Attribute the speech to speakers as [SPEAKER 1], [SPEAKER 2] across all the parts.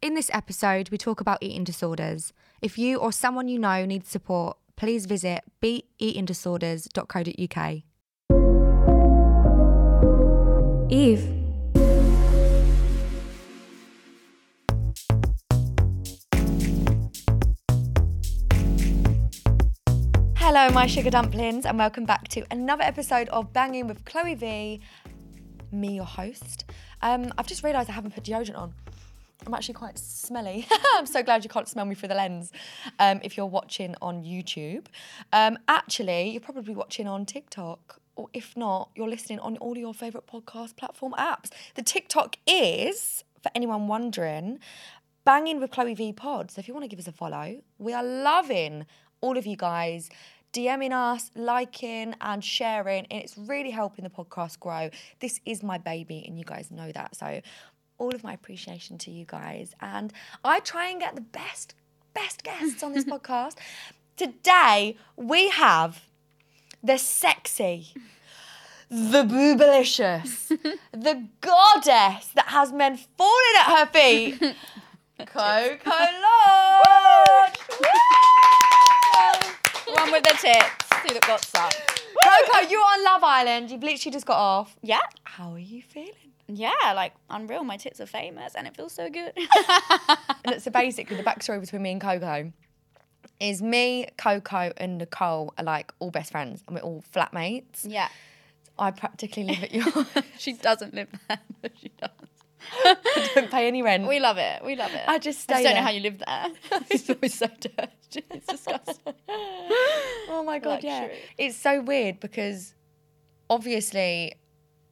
[SPEAKER 1] In this episode, we talk about eating disorders. If you or someone you know needs support, please visit beateatingdisorders.co.uk.
[SPEAKER 2] Eve.
[SPEAKER 1] Hello, my sugar dumplings, and welcome back to another episode of Banging with Chloe V, me, your host. Um, I've just realised I haven't put deodorant on. I'm actually quite smelly. I'm so glad you can't smell me through the lens um, if you're watching on YouTube. Um, actually, you're probably watching on TikTok, or if not, you're listening on all your favourite podcast platform apps. The TikTok is, for anyone wondering, banging with Chloe V Pod. So if you want to give us a follow, we are loving all of you guys. DMing us, liking, and sharing, and it's really helping the podcast grow. This is my baby, and you guys know that. So, all of my appreciation to you guys. And I try and get the best, best guests on this podcast. Today, we have the sexy, the boobalicious, the goddess that has men falling at her feet, Coco Lodge. Woo! One with the tits, two that got sucked. Coco, you're on Love Island. You've literally just got off.
[SPEAKER 3] Yeah,
[SPEAKER 1] How are you feeling?
[SPEAKER 3] yeah, like unreal. My tits are famous, and it feels so good.
[SPEAKER 1] And so basically, the backstory between me and Coco is me, Coco, and Nicole are like all best friends, and we're all flatmates.
[SPEAKER 3] yeah,
[SPEAKER 1] I practically live at yours.
[SPEAKER 3] she doesn't live there. but she
[SPEAKER 1] I
[SPEAKER 3] does.
[SPEAKER 1] don't pay any rent.
[SPEAKER 3] we love it. We love it.
[SPEAKER 1] I just
[SPEAKER 3] I
[SPEAKER 1] stay
[SPEAKER 3] just don't
[SPEAKER 1] there.
[SPEAKER 3] know how you live there. it's always so dirty. It's disgusting.
[SPEAKER 1] oh my god, yeah.
[SPEAKER 3] Luxury.
[SPEAKER 1] It's so weird because obviously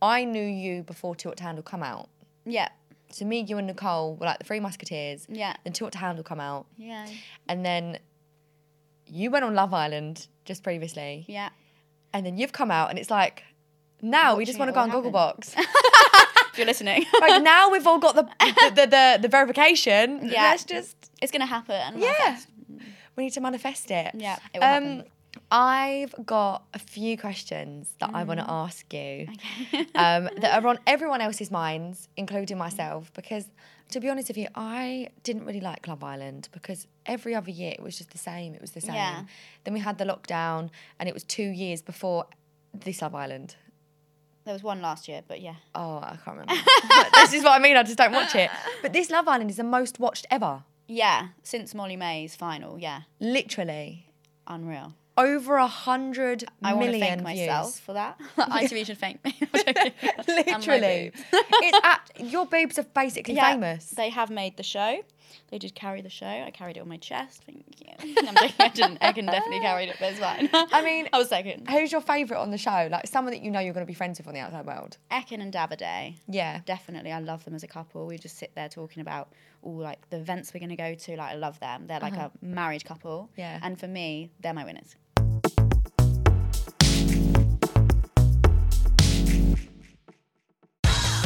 [SPEAKER 1] I knew you before Two Hot to Handle come out.
[SPEAKER 3] yeah,
[SPEAKER 1] So me, you, and Nicole were like the Three Musketeers.
[SPEAKER 3] yeah,
[SPEAKER 1] Then Two Hot to Handle come out,
[SPEAKER 3] yeah,
[SPEAKER 1] and then you went on Love Island just previously.
[SPEAKER 3] yeah.
[SPEAKER 1] and then you've come out and it's like now we just want
[SPEAKER 3] Watching
[SPEAKER 1] to
[SPEAKER 3] it
[SPEAKER 1] go on
[SPEAKER 3] all
[SPEAKER 1] Google Box.
[SPEAKER 3] If you're listening,
[SPEAKER 1] like now we've all got the the, the, the, the verification.
[SPEAKER 3] Yeah.
[SPEAKER 1] Let's just
[SPEAKER 3] it's gonna happen.
[SPEAKER 1] yeah. Mm. We need to manifest it.
[SPEAKER 3] Yeah, it will
[SPEAKER 1] Um,
[SPEAKER 3] happen.
[SPEAKER 1] I've got a few questions that I want to
[SPEAKER 3] Mm.
[SPEAKER 1] ask you um, that are on everyone else's minds, including myself, because to be honest with you, I didn't really like Love Island because every other year it was just the same. It was the same.
[SPEAKER 3] Yeah.
[SPEAKER 1] Then we had the lockdown, and it was two years before this Love Island.
[SPEAKER 3] There was one last year, but yeah,
[SPEAKER 1] Oh, I can't remember. this is what I mean. I just don't watch it. But this Love Island is the most watched ever.
[SPEAKER 3] yeah. Since Molly May's final, yeah,
[SPEAKER 1] Literally
[SPEAKER 3] unreal.
[SPEAKER 1] over a hundred
[SPEAKER 3] I want to
[SPEAKER 1] million
[SPEAKER 3] thank
[SPEAKER 1] views.
[SPEAKER 3] myself for that. ITV should thank me. And my
[SPEAKER 1] Literally,
[SPEAKER 3] boobs.
[SPEAKER 1] it's act- your boobs are basically
[SPEAKER 3] Yeah,
[SPEAKER 1] famous.
[SPEAKER 3] They have made the show. They did carry the show. I carried it on my chest. Thank you. No, I'm joking. I didn't. I can definitely carry it, but it's fine.
[SPEAKER 1] I mean-
[SPEAKER 3] I was second.
[SPEAKER 1] Who's your favourite on the show? Like someone that you know you're going to be friends with on the outside world.
[SPEAKER 3] Ekin and Davide.
[SPEAKER 1] Yeah.
[SPEAKER 3] Definitely, I love them as a couple. We just sit there talking about all like the events we're gonna go to. Like I love them. They're like a married couple.
[SPEAKER 1] Yeah.
[SPEAKER 3] And for me, they're my winners.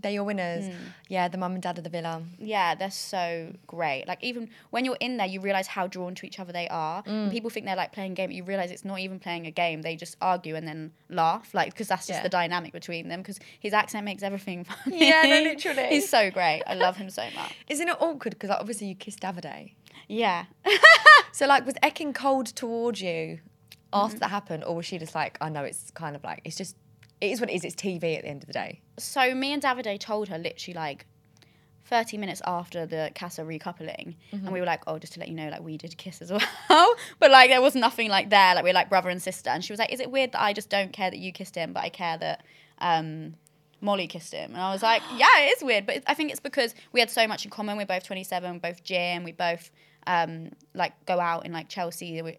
[SPEAKER 1] They're your winners.
[SPEAKER 3] Hmm.
[SPEAKER 1] Yeah, the mum and dad of the villa.
[SPEAKER 3] Yeah, they're so great. Like even when you're in there, you realize how drawn to each other they are.
[SPEAKER 1] Mm.
[SPEAKER 3] And People think they're like playing a game, but you realize it's not even playing a game. They just argue and then laugh, like because that's just
[SPEAKER 1] Yeah.
[SPEAKER 3] the dynamic between them. Because his accent makes everything funny.
[SPEAKER 1] Yeah, no, literally.
[SPEAKER 3] He's so great. I love him so much.
[SPEAKER 1] Isn't it awkward? Because like, obviously you kissed Davide.
[SPEAKER 3] Yeah.
[SPEAKER 1] So like, was Ekin cold towards you
[SPEAKER 3] Mm-hmm.
[SPEAKER 1] after that happened, or was she just like, I know it's kind of like it's just it is what it is. It's TV at the end of the day.
[SPEAKER 3] So me and Davide told her literally like. 30 minutes after the Casa recoupling, and we were like, Oh, just to let you know, like, we did kiss as well. but like, there was nothing like there, like, we are like brother and sister. And she was like, Is it weird that I just don't care that you kissed him, but I care that um, Molly kissed him? And I was like, Yeah, it is weird. But it, I think it's because we had so much in common. We're both 27, we're both gym, we both um, like go out in like Chelsea, we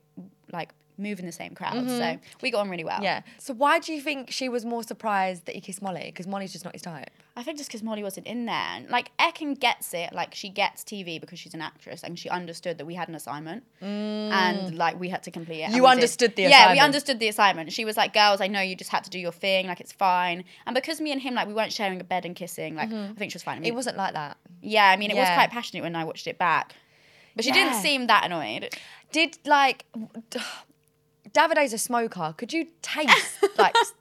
[SPEAKER 3] like move in the same crowd. So we got on really well.
[SPEAKER 1] Yeah. So why do you think she was more surprised that you kissed Molly? Because Molly's just not his type.
[SPEAKER 3] I think just because Molly wasn't in there, and like Ekin gets it, like she gets TV because she's an actress, and she understood that we had an assignment, and like we had to complete it. and
[SPEAKER 1] Mm. You
[SPEAKER 3] we did.
[SPEAKER 1] understood the
[SPEAKER 3] yeah, we
[SPEAKER 1] assignment.
[SPEAKER 3] understood the assignment. She was like, "Girls, I know you just had to do your thing, like it's fine." And because me and him, like we weren't sharing a bed and kissing, like I think she was fine. I mean,
[SPEAKER 1] Mm-hmm. It wasn't like that.
[SPEAKER 3] yeah, I mean, it was
[SPEAKER 1] Yeah.
[SPEAKER 3] quite passionate when I watched it back, but she
[SPEAKER 1] Yeah.
[SPEAKER 3] didn't seem that annoyed.
[SPEAKER 1] Did like Davide's a smoker? Could you taste like s-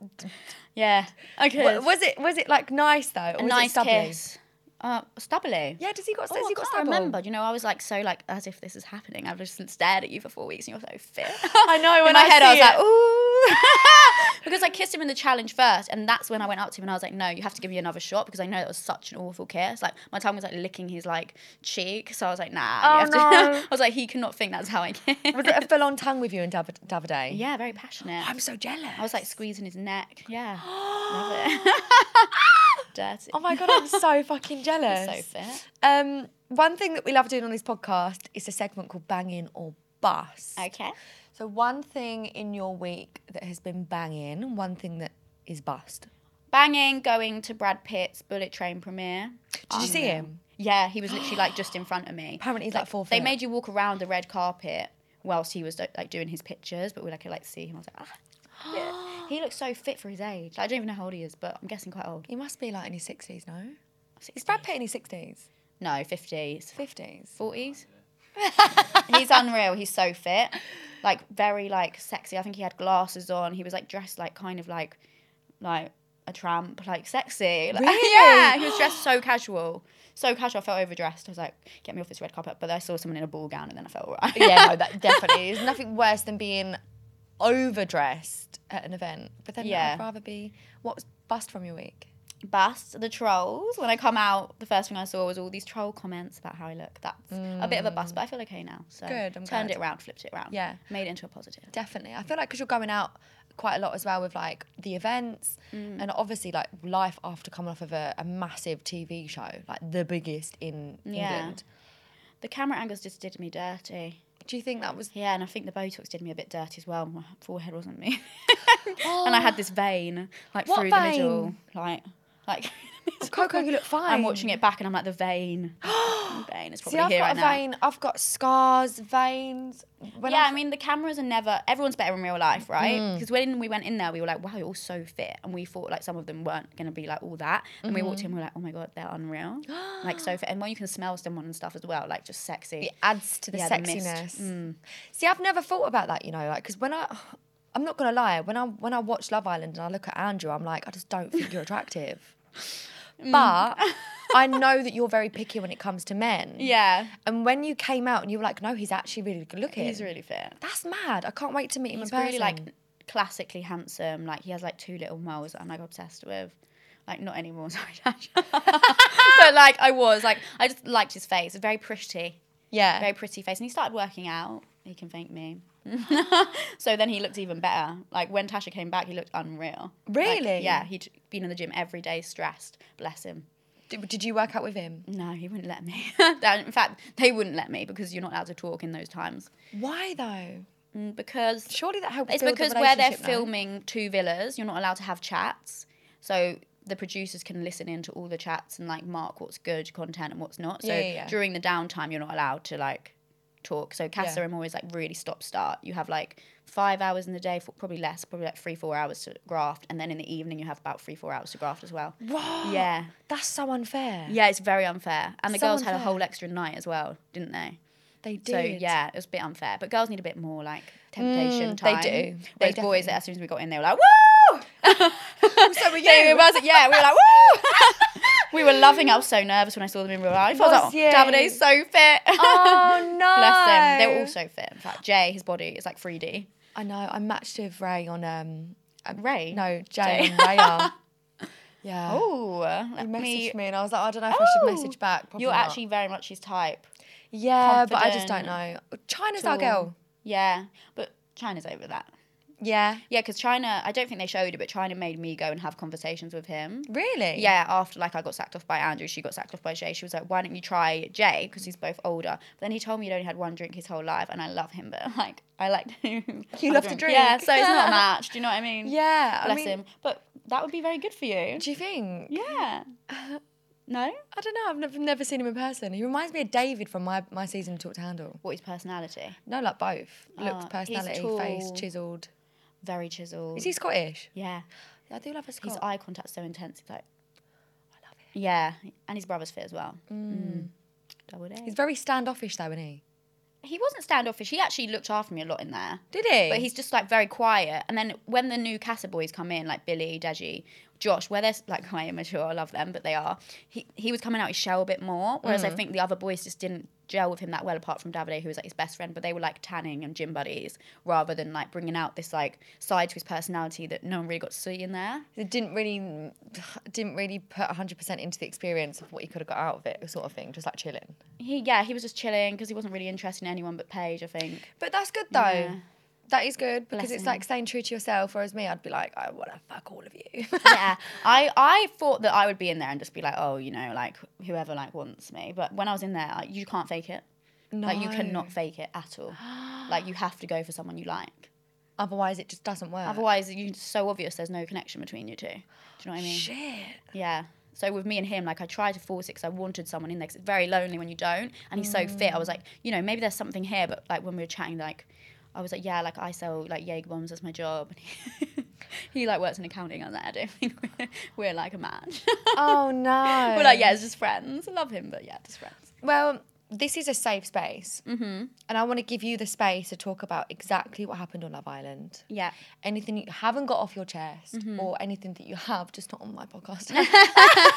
[SPEAKER 3] Yeah, okay,
[SPEAKER 1] w- was it was it like nice though? Or was
[SPEAKER 3] a
[SPEAKER 1] it
[SPEAKER 3] nice
[SPEAKER 1] stubbly?
[SPEAKER 3] kiss. Uh, stubbly.
[SPEAKER 1] Yeah, does he got?
[SPEAKER 3] Oh,
[SPEAKER 1] says
[SPEAKER 3] I
[SPEAKER 1] he got
[SPEAKER 3] can't
[SPEAKER 1] stubble?
[SPEAKER 3] remember. You know, I was like so like as if this is happening. I've just stared at you for four weeks, and you're so fit.
[SPEAKER 1] I know,
[SPEAKER 3] in
[SPEAKER 1] when
[SPEAKER 3] my
[SPEAKER 1] I
[SPEAKER 3] head, I was
[SPEAKER 1] see
[SPEAKER 3] like,
[SPEAKER 1] it.
[SPEAKER 3] ooh, because I kissed him in the challenge first, and that's when I went up to him and I was like, no, you have to give me another shot because I know that was such an awful kiss. Like my tongue was like licking his like cheek, so I was like, nah. you
[SPEAKER 1] Oh,
[SPEAKER 3] have to-
[SPEAKER 1] no.
[SPEAKER 3] I was like, he cannot think that's how I kiss.
[SPEAKER 1] Was it a full on tongue with you and Dav- Davide?
[SPEAKER 3] yeah, very passionate.
[SPEAKER 1] I'm so jealous.
[SPEAKER 3] I was like squeezing his neck. Yeah, love it. Dirty.
[SPEAKER 1] Oh my god, I'm so fucking jealous.
[SPEAKER 3] so fit.
[SPEAKER 1] Um, one thing that we love doing on this podcast is a segment called Banging or Bust.
[SPEAKER 3] Okay.
[SPEAKER 1] So one thing in your week that has been banging, and one thing that is bust.
[SPEAKER 3] Banging, going to Brad Pitt's Bullet Train premiere.
[SPEAKER 1] Did you see him?
[SPEAKER 3] Um, Yeah, he was literally like just in front of me.
[SPEAKER 1] Apparently he's like four
[SPEAKER 3] They
[SPEAKER 1] foot.
[SPEAKER 3] made you walk around the red carpet whilst he was like doing his pictures, but we like could like see him. I was like, ah, yeah. he looks so fit for his age. I don't even know how old he is, but I'm guessing quite old.
[SPEAKER 1] He must be like in his sixties, no? Is Brad Pitt in his sixties,
[SPEAKER 3] No, fifties,
[SPEAKER 1] fifties?
[SPEAKER 3] forties. he's unreal. He's so fit, like very like sexy. I think he had glasses on. He was like dressed like kind of like like a tramp, like sexy. Like, yeah, he was dressed so casual. So casual, I felt overdressed. I was like, get me off this red carpet. But I saw someone in a ball gown and then I felt all right.
[SPEAKER 1] yeah, no, that definitely. There's nothing worse than being overdressed at an event. But then
[SPEAKER 3] Yeah.
[SPEAKER 1] I'd rather be. What's bust from your week?
[SPEAKER 3] bust the trolls. When I come out, the first thing I saw was all these troll comments about how I look. That's a bit of a bust, but I feel okay now. So
[SPEAKER 1] Good, I'm
[SPEAKER 3] turned
[SPEAKER 1] glad.
[SPEAKER 3] it around, flipped it around.
[SPEAKER 1] Yeah.
[SPEAKER 3] Made it into a positive.
[SPEAKER 1] Definitely. I feel like because you're going out quite a lot as well with like the events and obviously like life after coming off of a, a massive TV show, like the biggest in
[SPEAKER 3] Yeah.
[SPEAKER 1] England.
[SPEAKER 3] The camera angles just did me dirty.
[SPEAKER 1] Do you think that was
[SPEAKER 3] Yeah, and I think the Botox did me a bit dirty as well. My forehead wasn't me. and I had this vein, like
[SPEAKER 1] Oh. What Oh,
[SPEAKER 3] through the middle. Like like
[SPEAKER 1] Coco, you look fine.
[SPEAKER 3] I'm watching it back and I'm like the vein. vein is
[SPEAKER 1] See,
[SPEAKER 3] probably
[SPEAKER 1] I've
[SPEAKER 3] here
[SPEAKER 1] got
[SPEAKER 3] right
[SPEAKER 1] a
[SPEAKER 3] now.
[SPEAKER 1] vein. I've got scars, veins. When
[SPEAKER 3] yeah,
[SPEAKER 1] I- Mm.
[SPEAKER 3] I mean the cameras are never. Everyone's better in real life, right? Because when we went in there, we were like, "Wow, you're all so fit," and we thought like some of them weren't gonna be like all that. And we
[SPEAKER 1] Mm-hmm.
[SPEAKER 3] walked in, we were like, "Oh my god, they're unreal!" like so fit, and when you can smell someone and stuff as well, like just sexy.
[SPEAKER 1] it adds to the
[SPEAKER 3] Yeah, the mist. Mm.
[SPEAKER 1] sexiness. See, I've never thought about that, you know, like because when I, I'm not gonna lie, when I when I watch Love Island and I look at Andrew, I'm like, I just don't think you're attractive.
[SPEAKER 3] Mm.
[SPEAKER 1] But I know that you're very picky when it comes to men.
[SPEAKER 3] Yeah,
[SPEAKER 1] And when you came out and you were like, no, he's actually really good looking.
[SPEAKER 3] he's really fit.
[SPEAKER 1] That's mad. I can't wait to meet him
[SPEAKER 3] He's
[SPEAKER 1] in person.
[SPEAKER 3] really like classically handsome. Like he has like two little moles that I'm like obsessed with. Like not anymore, sorry, Dash. but like I was like I just liked his face. Very pretty,
[SPEAKER 1] yeah.
[SPEAKER 3] very pretty face, and he started working out. he can thank me. so then he looked even better. Like when Tasha came back, he looked unreal. Like,
[SPEAKER 1] Really?
[SPEAKER 3] yeah, he'd been in the gym every day, stressed. Bless him.
[SPEAKER 1] Did, did you work out with him?
[SPEAKER 3] No, he wouldn't let me. That- in fact, they wouldn't let me because you're not allowed to talk in those times.
[SPEAKER 1] Why though?
[SPEAKER 3] Mm, Because
[SPEAKER 1] Surely that helped.
[SPEAKER 3] it's
[SPEAKER 1] build the
[SPEAKER 3] because where they're
[SPEAKER 1] relationship, no?
[SPEAKER 3] filming two villas, you're not allowed to have chats. So the producers can listen in to all the chats and like mark what's good content and what's not. So
[SPEAKER 1] Yeah, yeah, yeah.
[SPEAKER 3] during the downtime, you're not allowed to like talk. So Casa
[SPEAKER 1] Yeah.
[SPEAKER 3] I'm always like really stop start. You have like five hours in the day, for, probably less, probably like three four hours to graft, and then in the evening you have about three four hours to graft as well.
[SPEAKER 1] What?
[SPEAKER 3] Yeah,
[SPEAKER 1] That's so unfair.
[SPEAKER 3] yeah, it's very unfair. And the
[SPEAKER 1] So
[SPEAKER 3] girls had a
[SPEAKER 1] unfair.
[SPEAKER 3] whole extra night as well, didn't they?
[SPEAKER 1] They did. Mm,
[SPEAKER 3] So yeah, it was a bit unfair. But girls need a bit more like temptation
[SPEAKER 1] they
[SPEAKER 3] time.
[SPEAKER 1] do. They
[SPEAKER 3] Those boys
[SPEAKER 1] definitely-
[SPEAKER 3] that as soon as we got in, they were like, "Woo!" so were
[SPEAKER 1] you.
[SPEAKER 3] yeah, we were like, "Woo!" we were loving. I was so nervous when I saw them in real life. I
[SPEAKER 1] Was
[SPEAKER 3] was like,
[SPEAKER 1] you?
[SPEAKER 3] oh, "Davide's so fit."
[SPEAKER 1] Oh no.
[SPEAKER 3] Bless them. They were all so fit. In fact, Jay, his body is like 3D.
[SPEAKER 1] I know. I matched with Ray on um. um,
[SPEAKER 3] Ray?
[SPEAKER 1] No, Jay
[SPEAKER 3] Jay.
[SPEAKER 1] and Raya. yeah.
[SPEAKER 3] Oh,
[SPEAKER 1] He
[SPEAKER 3] let
[SPEAKER 1] messaged
[SPEAKER 3] me.
[SPEAKER 1] me, and I was like, "Oh, I don't know if I should message back. Probably
[SPEAKER 3] You're
[SPEAKER 1] not.
[SPEAKER 3] actually very much his type.
[SPEAKER 1] yeah, but I just don't know.
[SPEAKER 3] confident,
[SPEAKER 1] China's our
[SPEAKER 3] tall.
[SPEAKER 1] girl.
[SPEAKER 3] Yeah, but China's over that.
[SPEAKER 1] Yeah,
[SPEAKER 3] Yeah, because China, I don't think they showed it, but China made me go and have conversations with him.
[SPEAKER 1] really.
[SPEAKER 3] Yeah, after like I got sacked off by Andrew, she got sacked off by Jay. She was like, "Why don't you try Jay? Because he's both older." But then he told me he'd only had one drink his whole life, and I love him, but like I like him.
[SPEAKER 1] You love to
[SPEAKER 3] Yeah,
[SPEAKER 1] drink.
[SPEAKER 3] so it's not a match. Do you know what I mean?
[SPEAKER 1] Yeah, I
[SPEAKER 3] bless
[SPEAKER 1] mean-
[SPEAKER 3] him. But that would be very good for you. Uh,
[SPEAKER 1] Do you think?
[SPEAKER 3] Yeah. No,
[SPEAKER 1] I don't know. I've never, never seen him in person. He reminds me of David from my my season of Talk to Handle.
[SPEAKER 3] what his personality?
[SPEAKER 1] No, like both
[SPEAKER 3] Ah,
[SPEAKER 1] looks,
[SPEAKER 3] he's
[SPEAKER 1] personality, face,
[SPEAKER 3] tall.
[SPEAKER 1] chiseled.
[SPEAKER 3] Very chiseled.
[SPEAKER 1] Is he Scottish?
[SPEAKER 3] Yeah.
[SPEAKER 1] I do love a Scot.
[SPEAKER 3] His eye contact's so intense. It's like, I love it. Yeah, and his brother's fit as well. Mm. Double A.
[SPEAKER 1] He's very standoffish though, isn't he?
[SPEAKER 3] He wasn't standoffish. He actually looked after me a lot in there.
[SPEAKER 1] Did he?
[SPEAKER 3] But he's just like very quiet. And then when the new Casa boys come in, like Billy, Deji, Josh, where they're like quite immature, I love them, but they are. He he was coming out his shell a bit more. Whereas I think the other boys just didn't gel with him that well, apart from Davide, who was like his best friend. But they were like tanning and gym buddies, rather than like bringing out this like side to his personality that no one really got to see in there.
[SPEAKER 1] It didn't really didn't really put 100% into the experience of what he could have got out of it, sort of thing, just like chilling.
[SPEAKER 3] He yeah, he was just chilling because he wasn't really interested in anyone but Paige. I think.
[SPEAKER 1] But that's good though. That is good because
[SPEAKER 3] Bless
[SPEAKER 1] it's
[SPEAKER 3] him.
[SPEAKER 1] like staying true to yourself. Whereas me, I'd be like, I want to fuck all of you.
[SPEAKER 3] yeah, I, I thought that I would be in there and just be like, oh, you know, like whoever like wants me. But when I was in there, like, you can't fake it. Like you
[SPEAKER 1] No.
[SPEAKER 3] cannot fake it at all. like you have to go for someone you like.
[SPEAKER 1] Otherwise, it just doesn't work.
[SPEAKER 3] Otherwise, you it's so obvious there's no connection between you two. Do you know what I mean?
[SPEAKER 1] shit.
[SPEAKER 3] Yeah. So with me and him, like I tried to force it because I wanted someone in there. 'cause it's very lonely when you don't, and he's
[SPEAKER 1] Mm.
[SPEAKER 3] so fit. I was like, you know, maybe there's something here. But like when we were chatting, like I was like, yeah, like I sell like Jaeger bombs. That's my job. And he, he like works in accounting. I was like, I don't think we're, we're like a match.
[SPEAKER 1] Oh no.
[SPEAKER 3] we're like, yeah, it's just friends. I love him, but yeah, just friends.
[SPEAKER 1] Well, this is a safe space, mm-hmm. and I want to give you the space to talk about exactly what happened on Love Island.
[SPEAKER 3] Yeah.
[SPEAKER 1] Anything you haven't got off your chest, or anything that you have, just not on my podcast.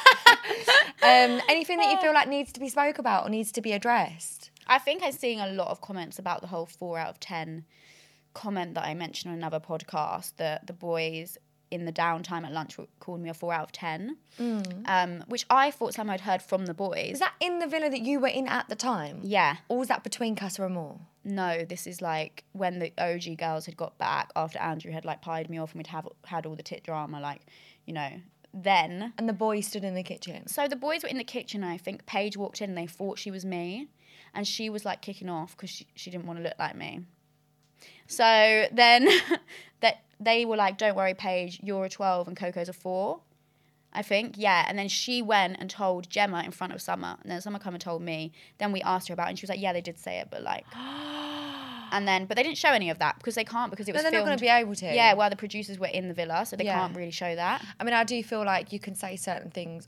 [SPEAKER 1] um, anything that you feel like needs to be spoke about or needs to be addressed.
[SPEAKER 3] I think I'm seeing a lot of comments about the whole four out of ten comment that I mentioned on another podcast that the boys in the downtime at lunch were- called me a four out of ten, um, which I thought something I'd heard from the boys.
[SPEAKER 1] Is that in the villa that you were in at the time?
[SPEAKER 3] yeah,
[SPEAKER 1] Or was that between Casa and Moore?
[SPEAKER 3] no, this is like when the OG girls had got back after Andrew had like pied me off and we'd have had all the tit drama, like you know. Then
[SPEAKER 1] And the boy stood in the kitchen.
[SPEAKER 3] So the boys were in the kitchen, and I think Paige walked in and they thought she was me. And she was like kicking off because she, she didn't want to look like me. So then that they were like, Don't worry, Paige, you're a 12 and Coco's a 4. I think, yeah. And then she went and told Gemma in front of Summer. And then Summer come and told me. Then we asked her about it and she was like, Yeah, they did say it, but like and then but they didn't show any of that because they can't because it
[SPEAKER 1] No,
[SPEAKER 3] was
[SPEAKER 1] they're not going
[SPEAKER 3] filmed-
[SPEAKER 1] to be able to.
[SPEAKER 3] Yeah, well the producers were in the villa, so they
[SPEAKER 1] Yeah.
[SPEAKER 3] can't really show that.
[SPEAKER 1] I mean, I do feel like you can say certain things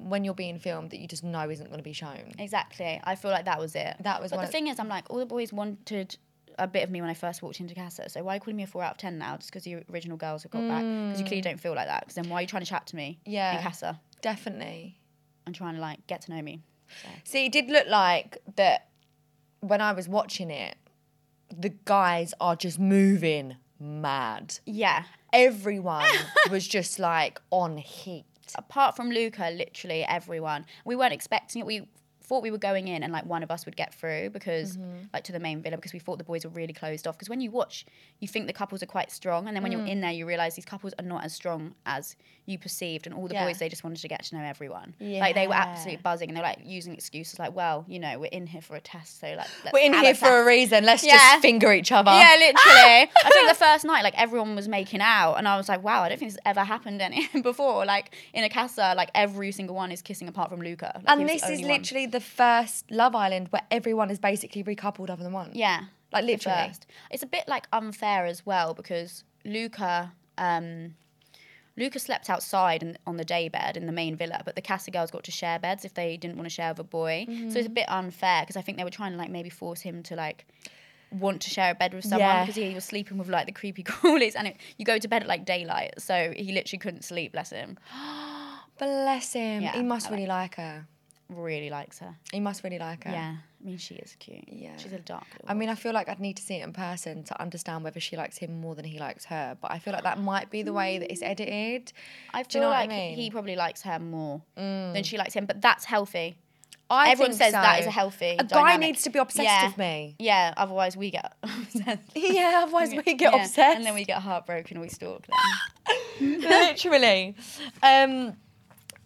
[SPEAKER 1] when you're being filmed that you just know isn't going to be shown.
[SPEAKER 3] Exactly. I feel like that was it.
[SPEAKER 1] That was
[SPEAKER 3] But
[SPEAKER 1] one
[SPEAKER 3] the
[SPEAKER 1] of-
[SPEAKER 3] thing is, I'm like, all the boys wanted a bit of me when I first walked into Casa. So why are you calling me a four out of ten now? Just because the original girls have got back? Because you clearly don't feel like that. Because then why are you trying to chat to me?
[SPEAKER 1] Mm. Yeah.
[SPEAKER 3] In Casa
[SPEAKER 1] Definitely.
[SPEAKER 3] and trying to like get to know me.
[SPEAKER 1] See, it did look like that when I was watching it, the guys are just moving mad.
[SPEAKER 3] Yeah.
[SPEAKER 1] Everyone was just like on heat.
[SPEAKER 3] Apart from Luca, literally everyone. We weren't expecting it. We thought we were going in and like one of us would get through because
[SPEAKER 1] Mm-hmm.
[SPEAKER 3] like to the main villa because we thought the boys were really closed off. Because when you watch, you think the couples are quite strong, and then when you're
[SPEAKER 1] Mm.
[SPEAKER 3] in there, you realize these couples are not as strong as you perceived. And all the
[SPEAKER 1] Yeah.
[SPEAKER 3] boys they just wanted to get to know everyone. Like they were
[SPEAKER 1] Yeah.
[SPEAKER 3] absolutely buzzing, and they were like using excuses like, well, you know, we're in here for a test, so like let's
[SPEAKER 1] We're in
[SPEAKER 3] have
[SPEAKER 1] here for a
[SPEAKER 3] test."
[SPEAKER 1] reason. Let's
[SPEAKER 3] Yeah.
[SPEAKER 1] just finger each other.
[SPEAKER 3] Yeah, literally.
[SPEAKER 1] Ah!
[SPEAKER 3] I think the first night, like everyone was making out, and I was like, wow, I don't think this has ever happened any before. Like in a casa, like every single one is kissing apart from Luca. Like, he
[SPEAKER 1] And
[SPEAKER 3] was
[SPEAKER 1] this
[SPEAKER 3] the
[SPEAKER 1] is
[SPEAKER 3] only one.
[SPEAKER 1] literally the first Love Island where everyone is basically recoupled other than one.
[SPEAKER 3] yeah,
[SPEAKER 1] Like,
[SPEAKER 3] the
[SPEAKER 1] literally.
[SPEAKER 3] first. It's a bit like unfair as well because Luca. Um, Luca slept outside and on the day bed in the main villa, but the Casa girls got to share beds if they didn't want to share with a boy. So it's
[SPEAKER 1] Mm-hmm.
[SPEAKER 3] a bit unfair because I think they were trying to like maybe force him to like want to share a bed with someone
[SPEAKER 1] Yeah.
[SPEAKER 3] because he was sleeping with like the creepy crawlies and it, you go to bed at like daylight, so he literally couldn't sleep. Bless him.
[SPEAKER 1] Bless him.
[SPEAKER 3] Yeah,
[SPEAKER 1] he must
[SPEAKER 3] I
[SPEAKER 1] really like her.
[SPEAKER 3] Really likes her.
[SPEAKER 1] He must really like her.
[SPEAKER 3] Yeah, I mean she is cute.
[SPEAKER 1] Yeah.
[SPEAKER 3] she's a dark.
[SPEAKER 1] I mean, I feel like I'd need to see it in person to understand whether she likes him more than he likes her. But I feel like that might be the way that it's edited.
[SPEAKER 3] Mm. I
[SPEAKER 1] Do
[SPEAKER 3] feel
[SPEAKER 1] you know what I
[SPEAKER 3] like
[SPEAKER 1] mean? Mm.
[SPEAKER 3] he probably likes her more than she likes him, but that's healthy.
[SPEAKER 1] I
[SPEAKER 3] Everyone
[SPEAKER 1] think
[SPEAKER 3] says that is
[SPEAKER 1] so.
[SPEAKER 3] a healthy.
[SPEAKER 1] A guy
[SPEAKER 3] dynamic.
[SPEAKER 1] needs to be obsessed
[SPEAKER 3] Yeah.
[SPEAKER 1] with me.
[SPEAKER 3] Yeah, otherwise we get obsessed.
[SPEAKER 1] Yeah, otherwise we get
[SPEAKER 3] Yeah,
[SPEAKER 1] obsessed.
[SPEAKER 3] And then we get heartbroken, we stalk them.
[SPEAKER 1] literally. Um,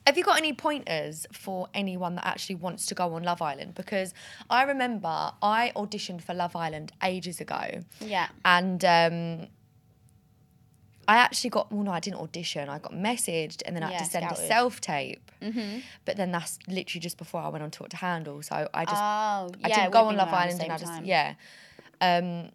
[SPEAKER 1] have you got any pointers for anyone that actually wants to go on Love Island? Because I remember I auditioned for Love Island ages ago.
[SPEAKER 3] yeah.
[SPEAKER 1] and um, I actually got well, no, I didn't audition. I got messaged, and then I had
[SPEAKER 3] Yeah,
[SPEAKER 1] to send a
[SPEAKER 3] scouted. Mm-hmm.
[SPEAKER 1] self tape. But then that's literally just before I went on Talk to Handle, so I just I
[SPEAKER 3] Oh, yeah, it
[SPEAKER 1] didn't
[SPEAKER 3] would've
[SPEAKER 1] go on
[SPEAKER 3] been
[SPEAKER 1] Love
[SPEAKER 3] around the
[SPEAKER 1] Island,
[SPEAKER 3] same
[SPEAKER 1] and I just
[SPEAKER 3] time.
[SPEAKER 1] yeah. Um,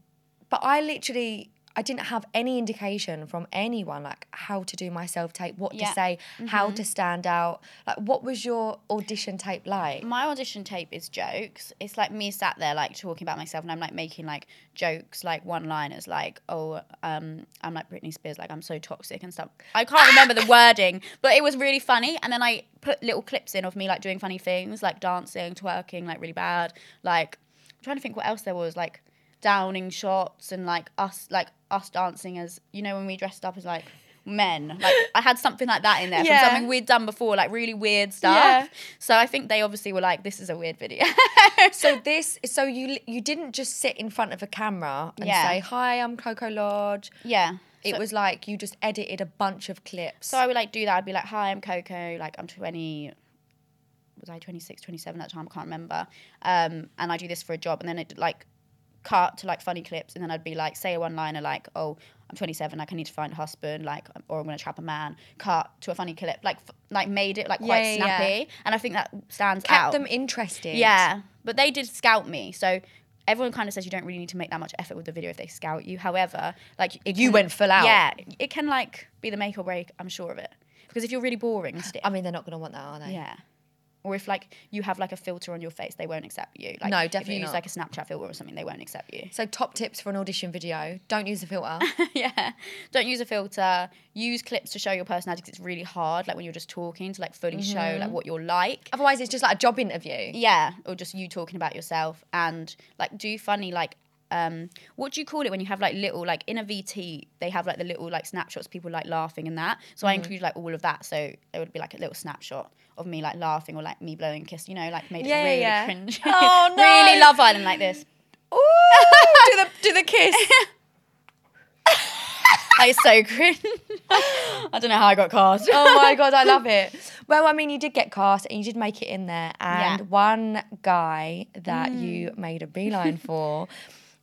[SPEAKER 1] but I literally I didn't have any indication from anyone like how to do my self tape, what
[SPEAKER 3] Yeah. Mm-hmm.
[SPEAKER 1] to say, how to stand out. Like, what was your audition tape like?
[SPEAKER 3] My audition tape is jokes. It's like me sat there like talking about myself and I'm like making like jokes, like one liners like, oh, um, I'm like Britney Spears, like I'm so toxic and stuff. I can't remember the wording, but it was really funny. And then I put little clips in of me like doing funny things, like dancing, twerking, like really bad. Like I'm trying to think what else there was, like downing shots and like us like us dancing as you know, when we dressed up as like men. Like I had something like that in there
[SPEAKER 1] Yeah.
[SPEAKER 3] from something we'd done before, like really weird stuff.
[SPEAKER 1] Yeah.
[SPEAKER 3] So I think they obviously were like, "This is a weird video."
[SPEAKER 1] So this, so you li- you didn't just sit in front of a camera and
[SPEAKER 3] Yeah.
[SPEAKER 1] say, "Hi, I'm Coco Lodge."
[SPEAKER 3] yeah.
[SPEAKER 1] It
[SPEAKER 3] so,
[SPEAKER 1] was like you just edited a bunch of clips.
[SPEAKER 3] So I would like do that. I'd be like, "Hi, I'm Coco. Like I'm 20. Was I 26, 27 at the time? I can't remember. Um, and I do this for a job, and then it like cut to like funny clips, and then I'd be like, say a one liner like, "Oh, I'm 27. Like I need to find a husband. Like or I'm gonna trap a man." Cut to a funny clip, like f- like made it like quite
[SPEAKER 1] Yeah, yeah, yeah.
[SPEAKER 3] snappy, and I think that stands
[SPEAKER 1] kept
[SPEAKER 3] out.
[SPEAKER 1] them interested.
[SPEAKER 3] Yeah, but they did scout me, so everyone kind of says you don't really need to make that much effort with the video if they scout you. However, like it
[SPEAKER 1] You went full out.
[SPEAKER 3] Yeah, it can like be the make or break. I'm sure of it because if you're really boring, and stiff,
[SPEAKER 1] I mean, they're not going to want that, are they?
[SPEAKER 3] yeah. Or if like you have like a filter on your face, they won't accept you. Like,
[SPEAKER 1] No,
[SPEAKER 3] If you
[SPEAKER 1] definitely
[SPEAKER 3] use
[SPEAKER 1] not.
[SPEAKER 3] like a Snapchat filter or something, they won't accept you.
[SPEAKER 1] So top tips for an audition video: don't use a filter.
[SPEAKER 3] yeah, don't use a filter. Use clips to show your personality. 'cause it's really hard, like when you're just talking, to like fully show
[SPEAKER 1] Mm-hmm.
[SPEAKER 3] like what you're like.
[SPEAKER 1] Otherwise, it's just like a job interview.
[SPEAKER 3] yeah or just you talking about yourself and like do funny like um what do you call it when you have like little like in a vt they have like the little like snapshots people like laughing and that so
[SPEAKER 1] Mm-hmm.
[SPEAKER 3] i include like all of that so it would be like a little snapshot of me like laughing or like me blowing a kiss you know like made
[SPEAKER 1] Yeah,
[SPEAKER 3] it really
[SPEAKER 1] yeah.
[SPEAKER 3] cringe
[SPEAKER 1] Oh, no.
[SPEAKER 3] really love island like this
[SPEAKER 1] Ooh, do the do the kiss.
[SPEAKER 3] like it's so cringe i don't know how i got cast
[SPEAKER 1] oh my god, I love it. Well, I mean, you did get cast and you did make it in there, and
[SPEAKER 3] Yeah. Mm.
[SPEAKER 1] one guy that you made a beeline for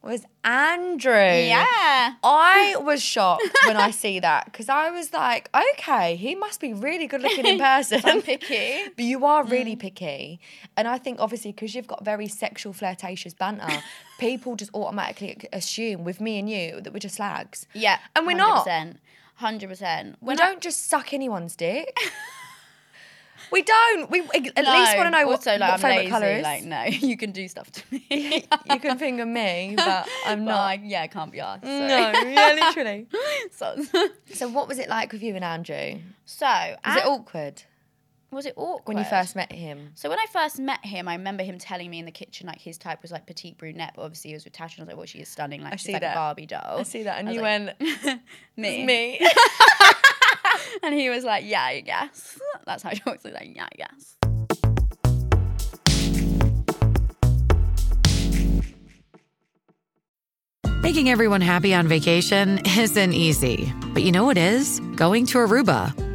[SPEAKER 1] was Andrew.
[SPEAKER 3] yeah
[SPEAKER 1] I was shocked when I see that because I was like, okay, he must be really good looking in person.
[SPEAKER 3] I'm picky. Mm.
[SPEAKER 1] But you are really picky. And I think, obviously, because you've got very sexual, flirtatious banter, people just automatically assume with me and you that we're just slags.
[SPEAKER 3] yeah
[SPEAKER 1] And we're not.
[SPEAKER 3] 100% 100%
[SPEAKER 1] We don't just suck anyone's dick. we don't. We at least
[SPEAKER 3] No.
[SPEAKER 1] want to know
[SPEAKER 3] also,
[SPEAKER 1] what,
[SPEAKER 3] like,
[SPEAKER 1] what
[SPEAKER 3] I'm
[SPEAKER 1] favourite
[SPEAKER 3] lazy.
[SPEAKER 1] colour is.
[SPEAKER 3] Like, no, you can do stuff to me.
[SPEAKER 1] You can finger me, but I'm
[SPEAKER 3] But Mm.
[SPEAKER 1] not.
[SPEAKER 3] I- yeah, I can't be asked.
[SPEAKER 1] No, yeah, literally.
[SPEAKER 3] so,
[SPEAKER 1] So, what was it like with you and Andrew?
[SPEAKER 3] so
[SPEAKER 1] Was it
[SPEAKER 3] at-
[SPEAKER 1] awkward
[SPEAKER 3] was it awkward
[SPEAKER 1] when you first met him?
[SPEAKER 3] So when I first met him, I remember him telling me in the kitchen like his type was like petite brunette, but obviously he was with Tash, and I was like, "Well, she is stunning. Like she's
[SPEAKER 1] see
[SPEAKER 3] like
[SPEAKER 1] that.
[SPEAKER 3] a Barbie doll."
[SPEAKER 1] I see that, and
[SPEAKER 3] I was
[SPEAKER 1] you
[SPEAKER 3] like,
[SPEAKER 1] went
[SPEAKER 3] me.
[SPEAKER 1] me.
[SPEAKER 3] And he was like, "Yeah, I guess." That's how he talks. He's like, "Yeah, I guess."
[SPEAKER 4] Making everyone happy on vacation isn't easy, but you know what is? Going to Aruba.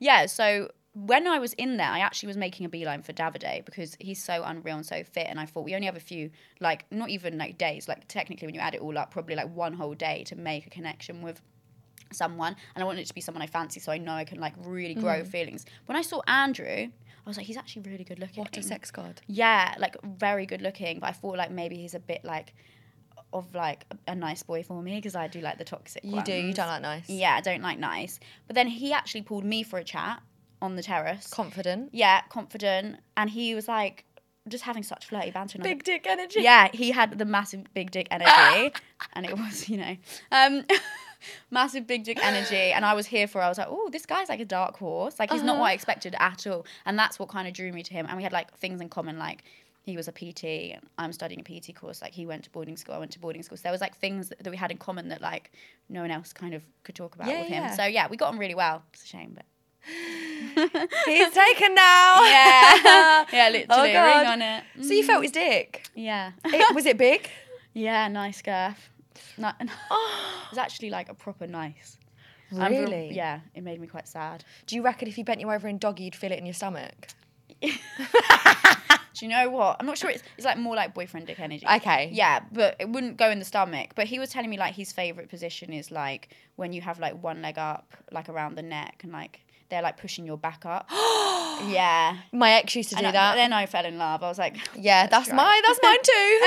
[SPEAKER 3] Yeah, so when I was in there, I actually was making a beeline for Davide because he's so unreal and so fit. And I thought we only have a few, like, not even like days, like, technically, when you add it all up, probably like one whole day to make a connection with someone. And I wanted it to be someone I fancy so I know I can like really grow
[SPEAKER 1] Mhm.
[SPEAKER 3] feelings. When I saw Andrew, I was like, he's actually really good looking.
[SPEAKER 1] What a sex god.
[SPEAKER 3] Yeah, like very good looking, but I thought like maybe he's a bit like of like a nice boy for me because I do like the toxic.
[SPEAKER 1] You do, you
[SPEAKER 3] ones.
[SPEAKER 1] don't like nice.
[SPEAKER 3] Yeah, I don't like nice. But then he actually pulled me for a chat on the terrace.
[SPEAKER 1] Confident.
[SPEAKER 3] Yeah, confident, and he was like just having such flirty banter. and I was
[SPEAKER 1] Big
[SPEAKER 3] like-
[SPEAKER 1] dick energy.
[SPEAKER 3] Yeah, he had the massive big dick energy, and it was you know. Um, Massive big dick energy, and I was here for. it. I was like, "Oh, this guy's like a dark horse. Like he's not
[SPEAKER 1] Uh-huh.
[SPEAKER 3] what I expected at all." And that's what kind of drew me to him. And we had like things in common, like he was a PT, and I'm studying a PT course. Like he went to boarding school, I went to boarding school. So there was like things that, that we had in common that like no one else kind of could talk about
[SPEAKER 1] Yeah,
[SPEAKER 3] with him.
[SPEAKER 1] yeah.
[SPEAKER 3] So yeah, we got on really well. It's a shame, but
[SPEAKER 1] He's taken now.
[SPEAKER 3] Yeah. Yeah, literally,
[SPEAKER 1] Oh,
[SPEAKER 3] a ring on it. Mm,
[SPEAKER 1] So you felt his dick?
[SPEAKER 3] yeah.
[SPEAKER 1] It- was it big?
[SPEAKER 3] Yeah, nice girth. Ni- it was actually like a proper nice. I'm re-
[SPEAKER 1] Really?
[SPEAKER 3] yeah, it made me quite sad.
[SPEAKER 1] Do you reckon if you bent you over and doggy, you'd feel it in your stomach?
[SPEAKER 3] Do you know what? I'm not sure. It's, it's like more like boyfriend dick energy.
[SPEAKER 1] Okay.
[SPEAKER 3] Yeah, but it wouldn't go in the stomach. But he was telling me like his favorite position is like when you have like one leg up, like around the neck, and like they're like pushing your back up. yeah.
[SPEAKER 1] My ex used to do
[SPEAKER 3] And I-
[SPEAKER 1] that.
[SPEAKER 3] Then I fell in love. I was like,
[SPEAKER 1] yeah,
[SPEAKER 3] let's
[SPEAKER 1] that's
[SPEAKER 3] try.
[SPEAKER 1] my that's mine too.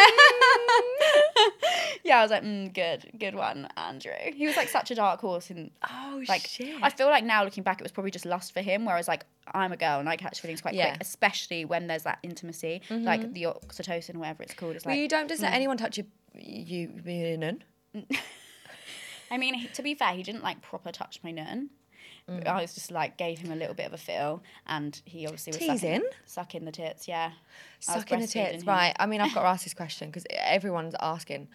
[SPEAKER 3] yeah, I was like, mm, good, good one, Andrew. He was like such a dark horse, and
[SPEAKER 1] Oh,
[SPEAKER 3] like
[SPEAKER 1] shit.
[SPEAKER 3] I feel like now looking back, it was probably just lust for him. Whereas like I'm a girl and I catch feelings quite
[SPEAKER 1] Yeah.
[SPEAKER 3] quick, especially when there's that intimacy,
[SPEAKER 1] Mhm.
[SPEAKER 3] like the oxytocin, whatever it's called. It's
[SPEAKER 1] well,
[SPEAKER 3] like
[SPEAKER 1] you don't just let
[SPEAKER 3] mm.
[SPEAKER 1] anyone touch your you being nun.
[SPEAKER 3] I mean, he- to be fair, he didn't like proper touch my nun.
[SPEAKER 1] Mm.
[SPEAKER 3] I was just like gave him a little bit of a feel, and he obviously was
[SPEAKER 1] Teasing?
[SPEAKER 3] sucking, sucking the tits. Yeah, I was
[SPEAKER 1] Sucking the
[SPEAKER 3] breastfeeding
[SPEAKER 1] tits,
[SPEAKER 3] him.
[SPEAKER 1] right? I mean, I've got to ask this question because everyone's asking.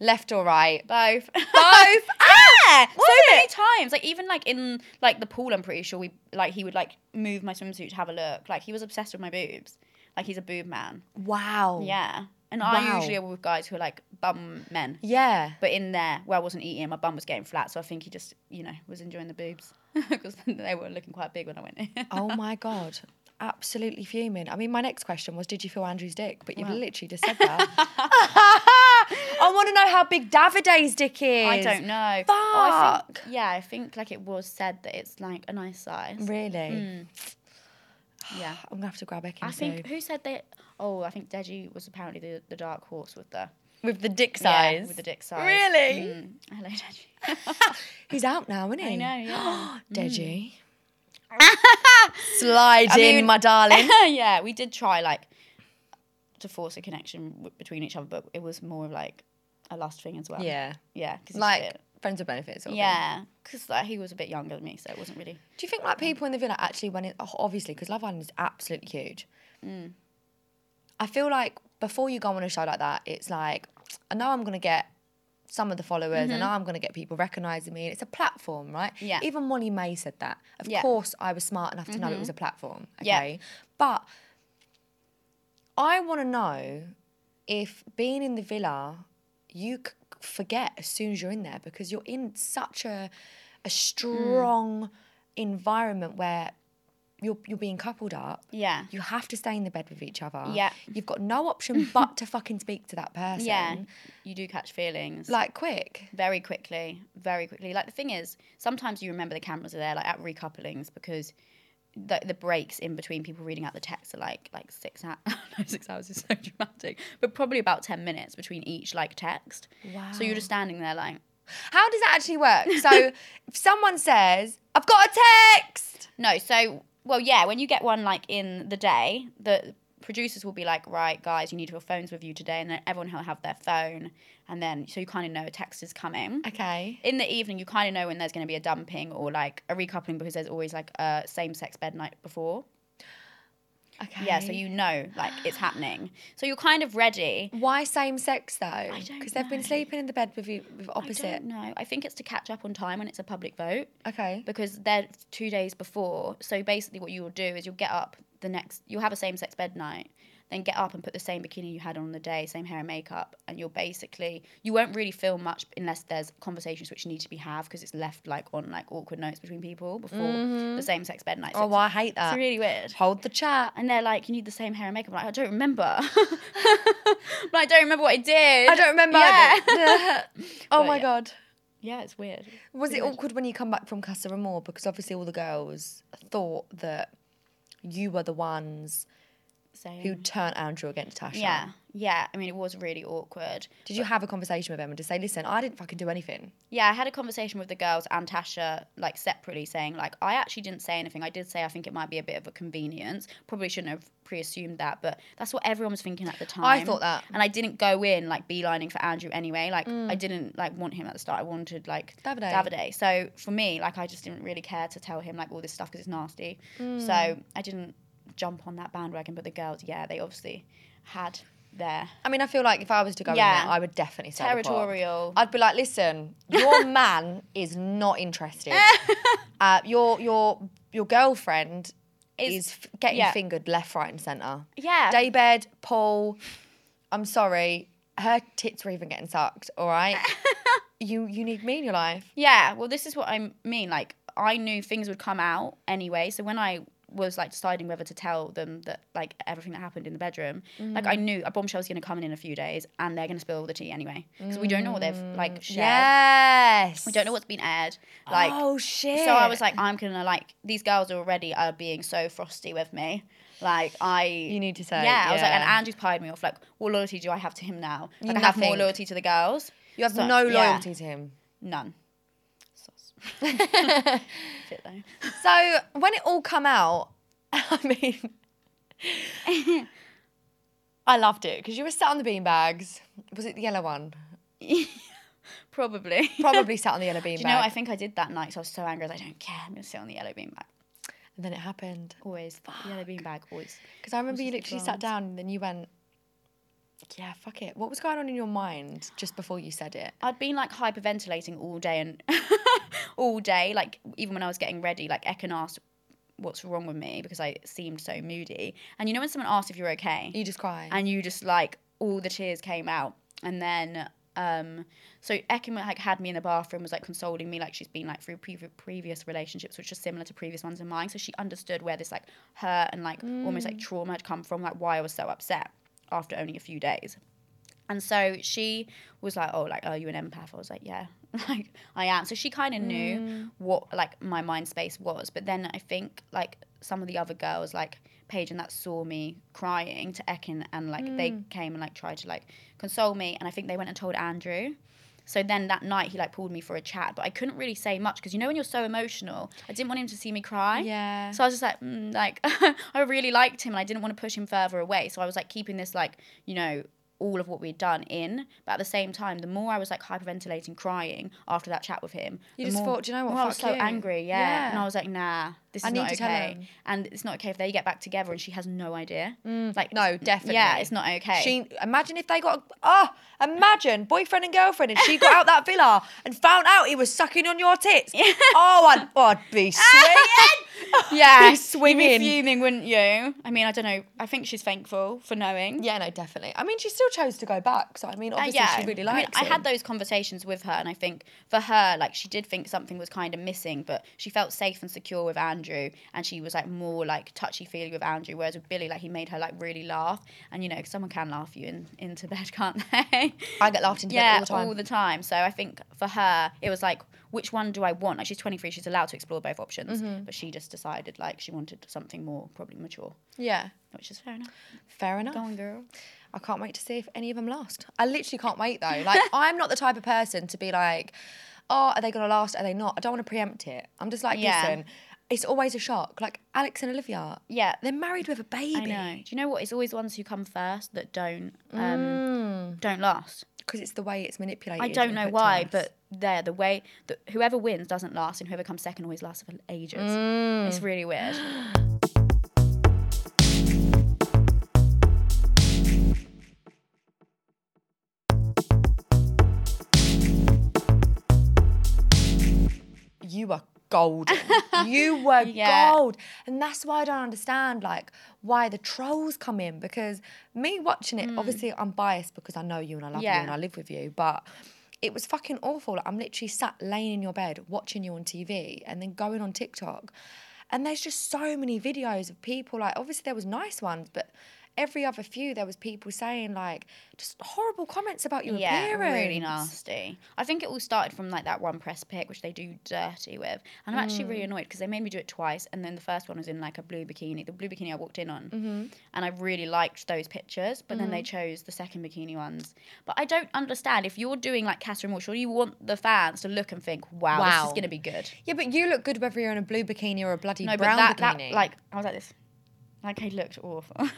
[SPEAKER 1] Left or right?
[SPEAKER 3] Both. Both.
[SPEAKER 1] Ah!
[SPEAKER 3] so many times. Like even like in like the pool, I'm pretty sure we like he would like move my swimsuit to have a look. Like he was obsessed with my boobs. Like he's a boob man.
[SPEAKER 1] Wow.
[SPEAKER 3] Yeah. And I
[SPEAKER 1] Wow.
[SPEAKER 3] usually are with guys who are like bum men.
[SPEAKER 1] Yeah.
[SPEAKER 3] But in there where I wasn't eating, my bum was getting flat, so I think he just, you know, was enjoying the boobs because they were looking quite big when I went in.
[SPEAKER 1] Oh my god. Absolutely fuming. I mean, my next question was, did you feel Andrew's dick? But you've literally just said that. I want to know how big Davide's dick is.
[SPEAKER 3] I don't know. Oh, I think- yeah, I think like it was said that it's like a nice size.
[SPEAKER 1] Really?
[SPEAKER 3] Mm, Hmm. yeah.
[SPEAKER 1] I'm gonna have to grab Ekin
[SPEAKER 3] I think
[SPEAKER 1] soon.
[SPEAKER 3] who said that? Oh, I think Deji was apparently the, the dark horse with the
[SPEAKER 1] with the dick
[SPEAKER 3] yeah,
[SPEAKER 1] size.
[SPEAKER 3] with the dick size.
[SPEAKER 1] Really?
[SPEAKER 3] Mm. Hello, Deji.
[SPEAKER 1] He's out now, isn't he?
[SPEAKER 3] I know. Yeah. Hmm.
[SPEAKER 1] Deji. Slide in,
[SPEAKER 3] mean-
[SPEAKER 1] my darling.
[SPEAKER 3] yeah, we did try like to force a connection w- between each other, but it was more of like a lust thing as well.
[SPEAKER 1] Yeah.
[SPEAKER 3] Yeah. Cause he's
[SPEAKER 1] like
[SPEAKER 3] fit.
[SPEAKER 1] friends with benefits. sort of thing.
[SPEAKER 3] Yeah, because like, he was a bit younger than me, so it wasn't really.
[SPEAKER 1] Do you think like people in the villa actually when it oh, obviously because Love Island is absolutely huge.
[SPEAKER 3] Mm.
[SPEAKER 1] I feel like before you go on a show like that, it's like I know I'm gonna get some of the followers. I know I'm gonna get people recognizing me. It's a platform, right?
[SPEAKER 3] Mm-hmm. Yeah.
[SPEAKER 1] Even Molly May said that. Of
[SPEAKER 3] Yeah.
[SPEAKER 1] course, I was smart enough to know it
[SPEAKER 3] Mhm.
[SPEAKER 1] was a platform.
[SPEAKER 3] Yeah.
[SPEAKER 1] Okay. But I want to know if being in the villa, you c- forget as soon as you're in there because you're in such a
[SPEAKER 3] Hmm.
[SPEAKER 1] a strong environment where you're you're being coupled up.
[SPEAKER 3] Yeah.
[SPEAKER 1] You have to stay in the bed with each other.
[SPEAKER 3] Yeah.
[SPEAKER 1] You've got no option but to fucking speak to that person.
[SPEAKER 3] Yeah. You do catch feelings.
[SPEAKER 1] Like quick.
[SPEAKER 3] very quickly, very quickly. Like the thing is, sometimes you remember the cameras are there, like at recouplings, because the, the breaks in between people reading out the text are like like six hours. no, six hours is so dramatic, but probably about ten minutes between each like text. So
[SPEAKER 1] Wow.
[SPEAKER 3] you're just standing there like,
[SPEAKER 1] How does that actually work? So if someone says, I've got a text.
[SPEAKER 3] no. So well, yeah. When you get one like in the day, the producers will be like, right, guys, you need your phones with you today, and then everyone will have their phone, and then so you kind of know a text is coming.
[SPEAKER 1] Okay.
[SPEAKER 3] In the evening, you kind of know when there's going to be a dumping or like a recoupling because there's always like a same-sex bed night before.
[SPEAKER 1] Okay.
[SPEAKER 3] Yeah, so you know like it's happening. So you're kind of ready.
[SPEAKER 1] Why same sex though? Because they've been sleeping in the bed with you with opposite.
[SPEAKER 3] No, I think it's to catch up on time when it's a public vote.
[SPEAKER 1] Okay.
[SPEAKER 3] Because they're two days before. So basically, what you will do is you'll get up the next, you'll have a same sex bed night, then get up and put the same bikini you had on the day, same hair and makeup, and you'll basically, you won't really feel much unless there's conversations which need to be had because it's left like on like awkward notes between people before
[SPEAKER 1] Mhm.
[SPEAKER 3] the same sex bed night.
[SPEAKER 1] Oh,
[SPEAKER 3] it's-
[SPEAKER 1] I hate that.
[SPEAKER 3] It's really weird.
[SPEAKER 1] Hold the chat.
[SPEAKER 3] And they're like, you need the same hair and makeup. I'm like, I don't remember. but I don't remember what I did.
[SPEAKER 1] I don't remember.
[SPEAKER 3] Yeah.
[SPEAKER 1] either. oh
[SPEAKER 3] But
[SPEAKER 1] my
[SPEAKER 3] yeah.
[SPEAKER 1] god.
[SPEAKER 3] Yeah, it's weird.
[SPEAKER 1] Was it
[SPEAKER 3] Weird.
[SPEAKER 1] awkward when you come back from Casa Amor? Because obviously all the girls thought that you were the ones who
[SPEAKER 3] Same.
[SPEAKER 1] turned Andrew against Tasha.
[SPEAKER 3] Mm. Yeah, yeah. I mean, it was really awkward.
[SPEAKER 1] Did you have a conversation with them and just say, listen, I didn't fucking do anything?
[SPEAKER 3] Yeah, I had a conversation with the girls and Tasha, like separately, saying like I actually didn't say anything. I did say I think it might be a bit of a convenience. Probably shouldn't have pre-assumed that, but that's what everyone was thinking at the time.
[SPEAKER 1] I thought that.
[SPEAKER 3] and I didn't go in like beelining for Andrew anyway. Like
[SPEAKER 1] Mm.
[SPEAKER 3] I didn't like want him at the start. I wanted like
[SPEAKER 1] Davide.
[SPEAKER 3] Davide. So for me, like I just didn't really care to tell him like all this stuff because it's nasty. So
[SPEAKER 1] Mm.
[SPEAKER 3] I didn't jump on that bandwagon. But the girls, yeah, they obviously had their
[SPEAKER 1] I mean, I feel like if I was to go in
[SPEAKER 3] Yeah.
[SPEAKER 1] there, I would definitely say the plot.
[SPEAKER 3] territorial.
[SPEAKER 1] I'd be like, listen, your man is not interested. uh, your your your girlfriend is,
[SPEAKER 3] Is-
[SPEAKER 1] f- getting
[SPEAKER 3] yeah.
[SPEAKER 1] fingered left, right, and centre.
[SPEAKER 3] Yeah.
[SPEAKER 1] Daybed, Paul. I'm sorry, her tits were even getting sucked. All right, you you need me in your life.
[SPEAKER 3] Yeah, well, this is what I mean. Like, I knew things would come out anyway. So when I was like deciding whether to tell them that like everything that happened in the bedroom, like I
[SPEAKER 1] Mhm.
[SPEAKER 3] knew a bombshell's gonna come in in a few days and they're gonna spill all the tea anyway because we don't know what they've like shared.
[SPEAKER 1] Mm, Yes,
[SPEAKER 3] We don't know what's been aired. Like,
[SPEAKER 1] oh shit.
[SPEAKER 3] so I was like, I'm gonna like these girls already are being so frosty with me. Like I,
[SPEAKER 1] you need to say,
[SPEAKER 3] yeah, I was like, and Andrew's pied me off. Like, what loyalty do I have to him now?
[SPEAKER 1] You-
[SPEAKER 3] Like, I have more
[SPEAKER 1] nothing.
[SPEAKER 3] loyalty to the girls.
[SPEAKER 1] you have
[SPEAKER 3] So-
[SPEAKER 1] no
[SPEAKER 3] yeah.
[SPEAKER 1] loyalty to him.
[SPEAKER 3] None. Shit though.
[SPEAKER 1] So when it all come out, I mean, I loved it because you were sat on the beanbags. Was it the yellow one?
[SPEAKER 3] Probably.
[SPEAKER 1] Probably sat on the yellow beanbag.
[SPEAKER 3] Do you know, I think I did that night, so I was so angry. I was like, I don't care. I'm going to sit on the yellow bean bag.
[SPEAKER 1] and then it happened
[SPEAKER 3] Always. the Yellow bean bag, always.
[SPEAKER 1] because I remember you
[SPEAKER 3] just
[SPEAKER 1] literally sat
[SPEAKER 3] drums.
[SPEAKER 1] down and then you went, "Yeah, fuck it." What was going on in your mind just before you said it?
[SPEAKER 3] I'd been like hyperventilating all day and all day, like even when I was getting ready, like Ekin asked what's wrong with me because I seemed so moody. And you know when someone asks if you're okay?
[SPEAKER 1] You just cried.
[SPEAKER 3] and you just like all the tears came out and then um so Ekin like had me in the bathroom was like consoling me like she's been like through previ- previous relationships which are similar to previous ones of mine so she understood where this like hurt and like almost like trauma had come from like why I was so upset after only a few days and so she was like, "Oh, like, are you an empath?" I was like, "Yeah, like I am." So she kind of knew what like my mind space was. But then I think like some of the other girls, like Paige and that, saw me crying to Ekin, and like they came and like tried to like console me. And I think they went and told Andrew. So then that night he like pulled me for a chat, but I couldn't really say much because you know when you're so emotional, I didn't want him to see me cry.
[SPEAKER 1] Yeah.
[SPEAKER 3] So I was just like, mm, like I really liked him, and I didn't want to push him further away. So I was like keeping this like you know all of what we'd done in, but at the same time, the more I was like hyperventilating, crying after that chat with him,
[SPEAKER 1] You
[SPEAKER 3] the
[SPEAKER 1] just
[SPEAKER 3] more-
[SPEAKER 1] thought, "Do you know what?
[SPEAKER 3] the more I was
[SPEAKER 1] Fuck
[SPEAKER 3] so
[SPEAKER 1] you."
[SPEAKER 3] angry, yeah.
[SPEAKER 1] Yeah.
[SPEAKER 3] And I was like, nah, this
[SPEAKER 1] I
[SPEAKER 3] is
[SPEAKER 1] need
[SPEAKER 3] not
[SPEAKER 1] to
[SPEAKER 3] okay,
[SPEAKER 1] tell him.
[SPEAKER 3] and it's not okay if they get back together and she has no idea. Like
[SPEAKER 1] Mm, No, definitely.
[SPEAKER 3] yeah, it's not okay.
[SPEAKER 1] She imagine if they got oh, imagine boyfriend and girlfriend, and she got out that villa and found out he was sucking on your tits. Oh, I'd, oh, I'd be swinging.
[SPEAKER 3] yeah,
[SPEAKER 1] Be
[SPEAKER 3] you'd
[SPEAKER 1] swinging.
[SPEAKER 3] be fuming, wouldn't you? I mean, I don't know. I think she's thankful for knowing.
[SPEAKER 1] Yeah, no, definitely. I mean, she still chose to go back. So I mean,
[SPEAKER 3] Uh,
[SPEAKER 1] obviously, she really
[SPEAKER 3] I mean,
[SPEAKER 1] likes.
[SPEAKER 3] I
[SPEAKER 1] him.
[SPEAKER 3] had those conversations with her, and I think for her, like she did think something was kind of missing, but she felt safe and secure with Andrew, and she was like more like touchy feely with Andrew. Whereas with Billy, like he made her like really laugh, and you know, someone can laugh you in into bed, can't they?
[SPEAKER 1] I get laughed into bed
[SPEAKER 3] yeah,
[SPEAKER 1] all the time.
[SPEAKER 3] time. So I think for her, it was like, which one do I want? Like she's 23, she's allowed to explore both options,
[SPEAKER 1] Mhm.
[SPEAKER 3] but she just decided like she wanted something more probably mature,
[SPEAKER 1] Yeah,
[SPEAKER 3] which is fair enough.
[SPEAKER 1] fair enough.
[SPEAKER 3] Go on, girl.
[SPEAKER 1] I can't wait to see if any of them last. I literally can't wait though. Like I'm not the type of person to be like, oh, are they gonna last? Are they not? I don't want to preempt it. I'm just like,
[SPEAKER 3] Yeah.
[SPEAKER 1] listen, it's always a shock. Like Alex and Olivia.
[SPEAKER 3] Yeah.
[SPEAKER 1] They're married with a baby.
[SPEAKER 3] I know. Do you know what? It's always ones who come first that don't um, don't last.
[SPEAKER 1] Because it's the way it's manipulated.
[SPEAKER 3] I don't
[SPEAKER 1] and
[SPEAKER 3] know
[SPEAKER 1] put to
[SPEAKER 3] why,
[SPEAKER 1] us.
[SPEAKER 3] but they're the way that whoever wins doesn't last, and whoever comes second always lasts for ages. It's really weird.
[SPEAKER 1] you were golden. you were
[SPEAKER 3] Yeah.
[SPEAKER 1] gold. And that's why I don't understand like why the trolls come in because me watching it, obviously I'm biased because I know you and I love you
[SPEAKER 3] Hmm. Yeah.
[SPEAKER 1] and I live with you, but it was fucking awful. Like, I'm literally sat laying in your bed watching you on TV and then going on TikTok. And there's just so many videos of people like obviously there was nice ones, but every other few there was people saying like just horrible comments about your
[SPEAKER 3] yeah,
[SPEAKER 1] appearance.
[SPEAKER 3] really nasty. I think it all started from like that one press pick, which they do dirty with, and I'm actually
[SPEAKER 1] Mm.
[SPEAKER 3] really annoyed because they made me do it twice, and then the first one was in like a blue bikini, the blue bikini I walked in on,
[SPEAKER 1] Mm-hmm.
[SPEAKER 3] and I really liked those pictures, but then they chose the second bikini ones. But I don't understand if you're doing like Catherine Moore, surely you want the fans to look and think, wow, this
[SPEAKER 1] Wow.
[SPEAKER 3] is gonna be good.
[SPEAKER 1] Yeah, but you look good whether you're in a blue bikini or a bloody
[SPEAKER 3] No,
[SPEAKER 1] brown
[SPEAKER 3] but that,
[SPEAKER 1] bikini.
[SPEAKER 3] that like I was like this, like I looked awful.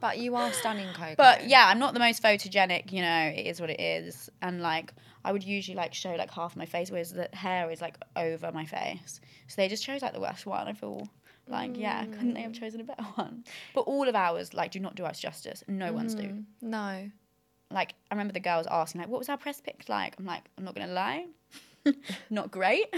[SPEAKER 1] But you are stunning, Coco.
[SPEAKER 3] But yeah, I'm not the most photogenic, you know, it is what it is. And like I would usually like show like half my face, whereas the hair is like over my face. So they just chose like the worst one. I feel like, yeah, couldn't they have chosen a better one? But all of ours like do not do us justice. No one's do.
[SPEAKER 1] no.
[SPEAKER 3] Like I remember the girls asking, like, what was our press pick like? I'm like, I'm not gonna lie. not great.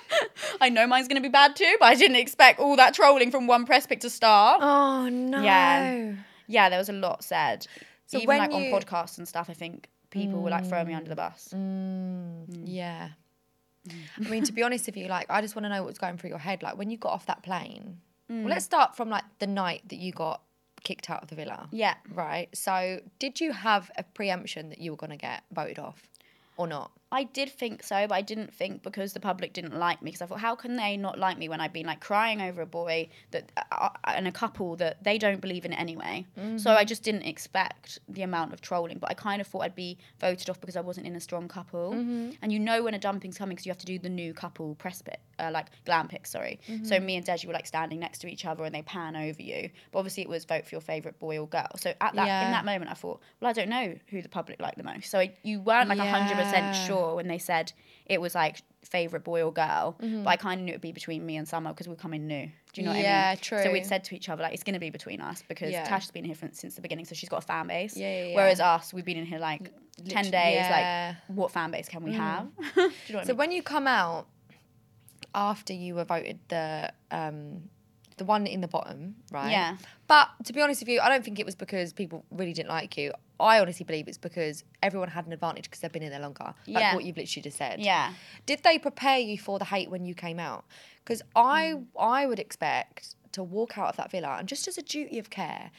[SPEAKER 3] I know mine's gonna be bad too, but I didn't expect all that trolling from one press pick to start.
[SPEAKER 1] Oh no.
[SPEAKER 3] Yeah. Yeah, there was a lot said.
[SPEAKER 1] So
[SPEAKER 3] Even
[SPEAKER 1] when
[SPEAKER 3] like
[SPEAKER 1] you- Mm.
[SPEAKER 3] on podcasts and stuff, I think people were like throwing me under the bus.
[SPEAKER 1] Yeah. I mean, to be honest with you, like, I just want to know what's going through your head. Like, when you got off that plane, well, let's start from like the night that you got kicked out of the villa.
[SPEAKER 3] Yeah.
[SPEAKER 1] Right. So, did you have a preemption that you were going to get voted off or not?
[SPEAKER 3] I did think so, but I didn't think because the public didn't like me. Because I thought, how can they not like me when I've been like crying over a boy that uh, and a couple that they don't believe in anyway? So I just didn't expect the amount of trolling. But I kind of thought I'd be voted off because I wasn't in a strong couple. And you know when a dumping's coming because you have to do the new couple press pic, uh, like glam pic. Sorry. So me and Deji were like standing next to each other and they pan over you. But obviously it was vote for your favorite boy or girl. So at that
[SPEAKER 1] Yeah.
[SPEAKER 3] in that moment I thought, well I don't know who the public like the most. So I, you weren't like hundred percent
[SPEAKER 1] Yeah.
[SPEAKER 3] sure sure when they said it was like favorite boy or girl,
[SPEAKER 1] Mm-hmm.
[SPEAKER 3] but I kind of knew it'd be between me and Summer because we come in new. Do you know what I
[SPEAKER 1] Yeah,
[SPEAKER 3] mean? So
[SPEAKER 1] true.
[SPEAKER 3] we'd said to each other like it's gonna be between us because
[SPEAKER 1] Yeah.
[SPEAKER 3] Tash has been here from, since the beginning, so she's got a fan base.
[SPEAKER 1] Yeah, yeah,
[SPEAKER 3] Whereas us, we've been in here like ten
[SPEAKER 1] Literally,
[SPEAKER 3] days.
[SPEAKER 1] yeah. Mm-hmm.
[SPEAKER 3] Like what fan base can we have? Do you know
[SPEAKER 1] So
[SPEAKER 3] what I mean?
[SPEAKER 1] when you come out after you were voted the um the one in the bottom, right?
[SPEAKER 3] Yeah.
[SPEAKER 1] But to be honest with you, I don't think it was because people really didn't like you. I honestly believe it's because everyone had an advantage because they've been in there longer. Like
[SPEAKER 3] Yeah.
[SPEAKER 1] what you've literally just said.
[SPEAKER 3] Yeah.
[SPEAKER 1] Did they prepare you for the hate when you came out? Because I
[SPEAKER 3] Mm.
[SPEAKER 1] I would expect to walk out of that villa and just as a duty of care,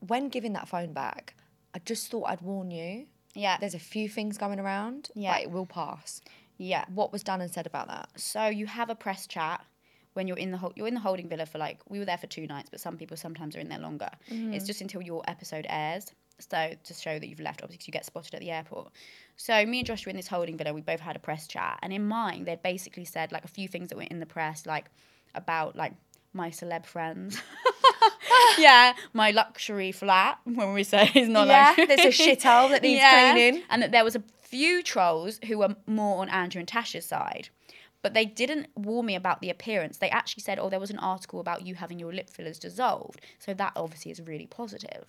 [SPEAKER 1] when giving that phone back, I just thought I'd warn you.
[SPEAKER 3] Yeah.
[SPEAKER 1] There's a few things going around,
[SPEAKER 3] Yeah.
[SPEAKER 1] but it will pass
[SPEAKER 3] Yeah.
[SPEAKER 1] what was done and said about that.
[SPEAKER 3] So you have a press chat when you're in the ho- you're in the holding villa for like we were there for two nights, but some people sometimes are in there longer. It's just until your episode airs. So to show that you've left, obviously, 'cause you get spotted at the airport. So me and Josh were in this holding villa. We both had a press chat, and in mine, they'd basically said like a few things that were in the press, like about like my celeb friends. yeah, my luxury flat. When we say it's not
[SPEAKER 1] Yeah,
[SPEAKER 3] luxury.
[SPEAKER 1] there's a shithole that needs cleaning.
[SPEAKER 3] And that there was a few trolls who were more on Andrew and Tasha's side. But they didn't warn me about the appearance. They actually said, oh, there was an article about you having your lip fillers dissolved. So that obviously is really positive.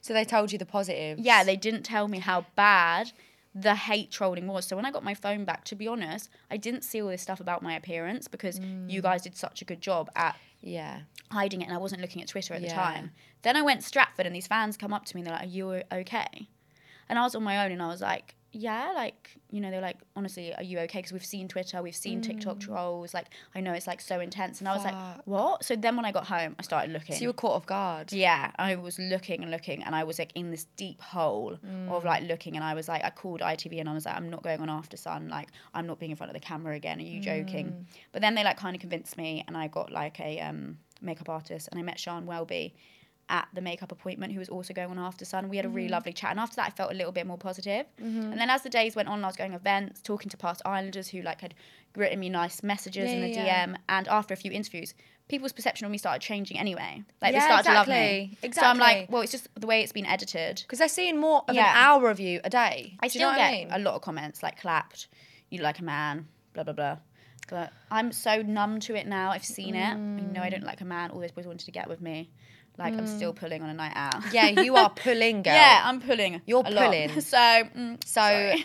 [SPEAKER 1] So they told you the positives.
[SPEAKER 3] Yeah, they didn't tell me how bad the hate trolling was. So when I got my phone back, to be honest, I didn't see all this stuff about my appearance because
[SPEAKER 1] Mm.
[SPEAKER 3] you guys did such a good job at
[SPEAKER 1] yeah.
[SPEAKER 3] hiding it and I wasn't looking at Twitter at the
[SPEAKER 1] Yeah.
[SPEAKER 3] time. Then I went to Stratford and these fans come up to me and they're like, Are you okay? And I was on my own and I was like, Yeah, like, you know, they're like, Honestly, are you okay? Because we've seen Twitter, we've seen
[SPEAKER 1] Mm.
[SPEAKER 3] TikTok trolls. Like, I know it's like so intense. And I was like, What? So then when I got home, I started looking.
[SPEAKER 1] So you were caught off guard.
[SPEAKER 3] Yeah, I was looking and looking, and I was like in this deep hole of
[SPEAKER 1] Mm.
[SPEAKER 3] like looking, and I was like, I called ITV, and I was like, I'm not going on After Sun, like I'm not being in front of the camera again. Are you joking?
[SPEAKER 1] Mm.
[SPEAKER 3] But then they like kind of convinced me, and I got like a um, makeup artist, and I met Sean Welby, at the makeup appointment who was also going on after sun we had a really
[SPEAKER 1] Mhm.
[SPEAKER 3] lovely chat and after that i felt a little bit more positive
[SPEAKER 1] Mhm.
[SPEAKER 3] and then as the days went on i was going to events talking to past islanders who like had written me nice messages
[SPEAKER 1] Yeah,
[SPEAKER 3] in the
[SPEAKER 1] yeah, yeah.
[SPEAKER 3] dm and after a few interviews people's perception of me started changing anyway like
[SPEAKER 1] Yeah,
[SPEAKER 3] they started to love me
[SPEAKER 1] exactly,
[SPEAKER 3] so i'm like
[SPEAKER 1] exactly.
[SPEAKER 3] well it's just the way it's been edited
[SPEAKER 1] because they're seeing more of
[SPEAKER 3] Yeah.
[SPEAKER 1] an hour of you a day.
[SPEAKER 3] I
[SPEAKER 1] Do
[SPEAKER 3] still
[SPEAKER 1] you know
[SPEAKER 3] get
[SPEAKER 1] what I mean?
[SPEAKER 3] a lot of comments like clapped, you look like a man, blah blah blah. But I'm so numb to it now. I've seen it. I know I don't like a man. All those boys wanted to get with me. Like I'm
[SPEAKER 1] Mm.
[SPEAKER 3] still pulling on a night out.
[SPEAKER 1] yeah, you are pulling, girl.
[SPEAKER 3] yeah, I'm pulling.
[SPEAKER 1] You're
[SPEAKER 3] a lot.
[SPEAKER 1] pulling.
[SPEAKER 3] So mm,
[SPEAKER 1] So
[SPEAKER 3] sorry.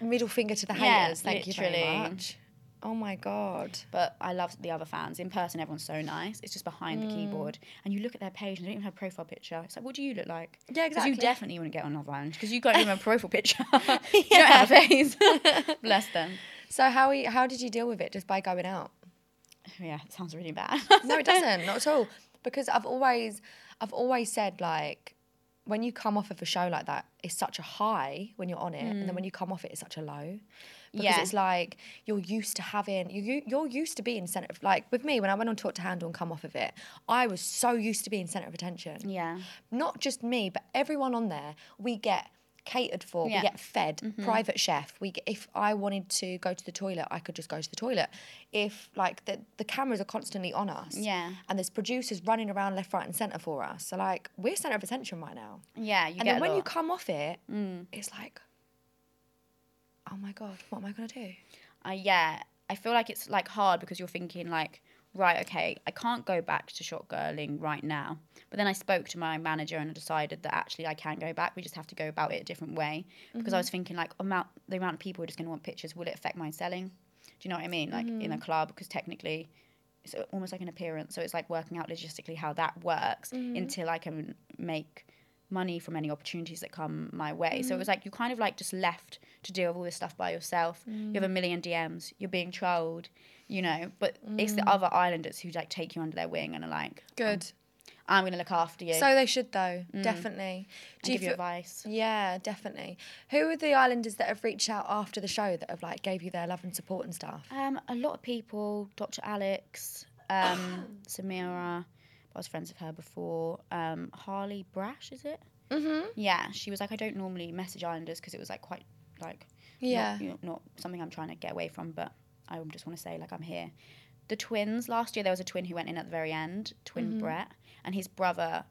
[SPEAKER 1] middle finger to the haters.
[SPEAKER 3] Yeah,
[SPEAKER 1] Thank you
[SPEAKER 3] literally.
[SPEAKER 1] very much. Oh my god.
[SPEAKER 3] But I love the other fans. In person, everyone's so nice. It's just behind
[SPEAKER 1] Mm.
[SPEAKER 3] the keyboard. And you look at their page and they don't even have a profile picture. It's like, what do you look like?
[SPEAKER 1] Yeah,
[SPEAKER 3] 'Cause
[SPEAKER 1] exactly.
[SPEAKER 3] you definitely wouldn't get on Love Island because you got even a profile picture. you don't have a face. Bless them.
[SPEAKER 1] So how are you- how did you deal with it? Just by going out?
[SPEAKER 3] Yeah, it sounds really bad.
[SPEAKER 1] No, it doesn't. Not at all. Because I've always I've always said like when you come off of a show like that, it's such a high when you're on it, and then
[SPEAKER 3] Mm.
[SPEAKER 1] when you come off it, it's such a low. Because
[SPEAKER 3] Yeah.
[SPEAKER 1] it's like you're used to having you you- you're used to being center of like with me when I went on Talk to Handle and come off of it, I was so used to being center of attention.
[SPEAKER 3] Yeah.
[SPEAKER 1] not just me, but everyone on there, we get catered for,
[SPEAKER 3] Yeah.
[SPEAKER 1] we get fed,
[SPEAKER 3] Mhm.
[SPEAKER 1] private chef. We get, if I wanted to go to the toilet, I could just go to the toilet. If like the the cameras are constantly on us,
[SPEAKER 3] Yeah.
[SPEAKER 1] and there's producers running around left, right, and centre for us. So like we're centre of attention right now.
[SPEAKER 3] Yeah, you
[SPEAKER 1] and
[SPEAKER 3] get
[SPEAKER 1] then
[SPEAKER 3] a
[SPEAKER 1] when you
[SPEAKER 3] lot.
[SPEAKER 1] come off it,
[SPEAKER 3] Mm.
[SPEAKER 1] it's like, oh my god, what am I gonna do?
[SPEAKER 3] Uh, yeah, I feel like it's like hard because you're thinking like, right, okay, I can't go back to shotgirling right now. But then I spoke to my manager and I decided that actually I can go back. We just have to go about it a different way because I
[SPEAKER 1] Mhm.
[SPEAKER 3] was thinking like amount the amount of people who are just going to want pictures. Will it affect my selling? Do you know what I mean? Like in a
[SPEAKER 1] Mhm.
[SPEAKER 3] club because technically. It's almost like an appearance, so it's like working out logistically how that works
[SPEAKER 1] Mhm.
[SPEAKER 3] until I can make money from any opportunities that come my way. So it
[SPEAKER 1] Mhm.
[SPEAKER 3] was like you kind of like just left to deal with all this stuff by yourself. You have a
[SPEAKER 1] Mm.
[SPEAKER 3] million DMs, you're being trolled, you know. But it's
[SPEAKER 1] Mm.
[SPEAKER 3] the other islanders who like take you under their wing and are like,
[SPEAKER 1] Good.
[SPEAKER 3] I'm gonna look after you.
[SPEAKER 1] So they should though,
[SPEAKER 3] Mm.
[SPEAKER 1] definitely.
[SPEAKER 3] and give you
[SPEAKER 1] feel-
[SPEAKER 3] advice.
[SPEAKER 1] Yeah, definitely. Who are the islanders that have reached out after the show that have like gave you their love and support and stuff?
[SPEAKER 3] Um, a lot of people, Dr. Alex, um, Samira, I was friends with her before. Um, Harley Brash, is it?
[SPEAKER 1] Mm-hmm.
[SPEAKER 3] Yeah, she was like, I don't normally message Islanders because it was like quite like not-
[SPEAKER 1] Yeah.
[SPEAKER 3] you know, not, something I'm trying to get away from, but I just want to say like I'm here. The twins last year there was a twin who went in at the very end, twin
[SPEAKER 1] Mhm.
[SPEAKER 3] Brett, and his brother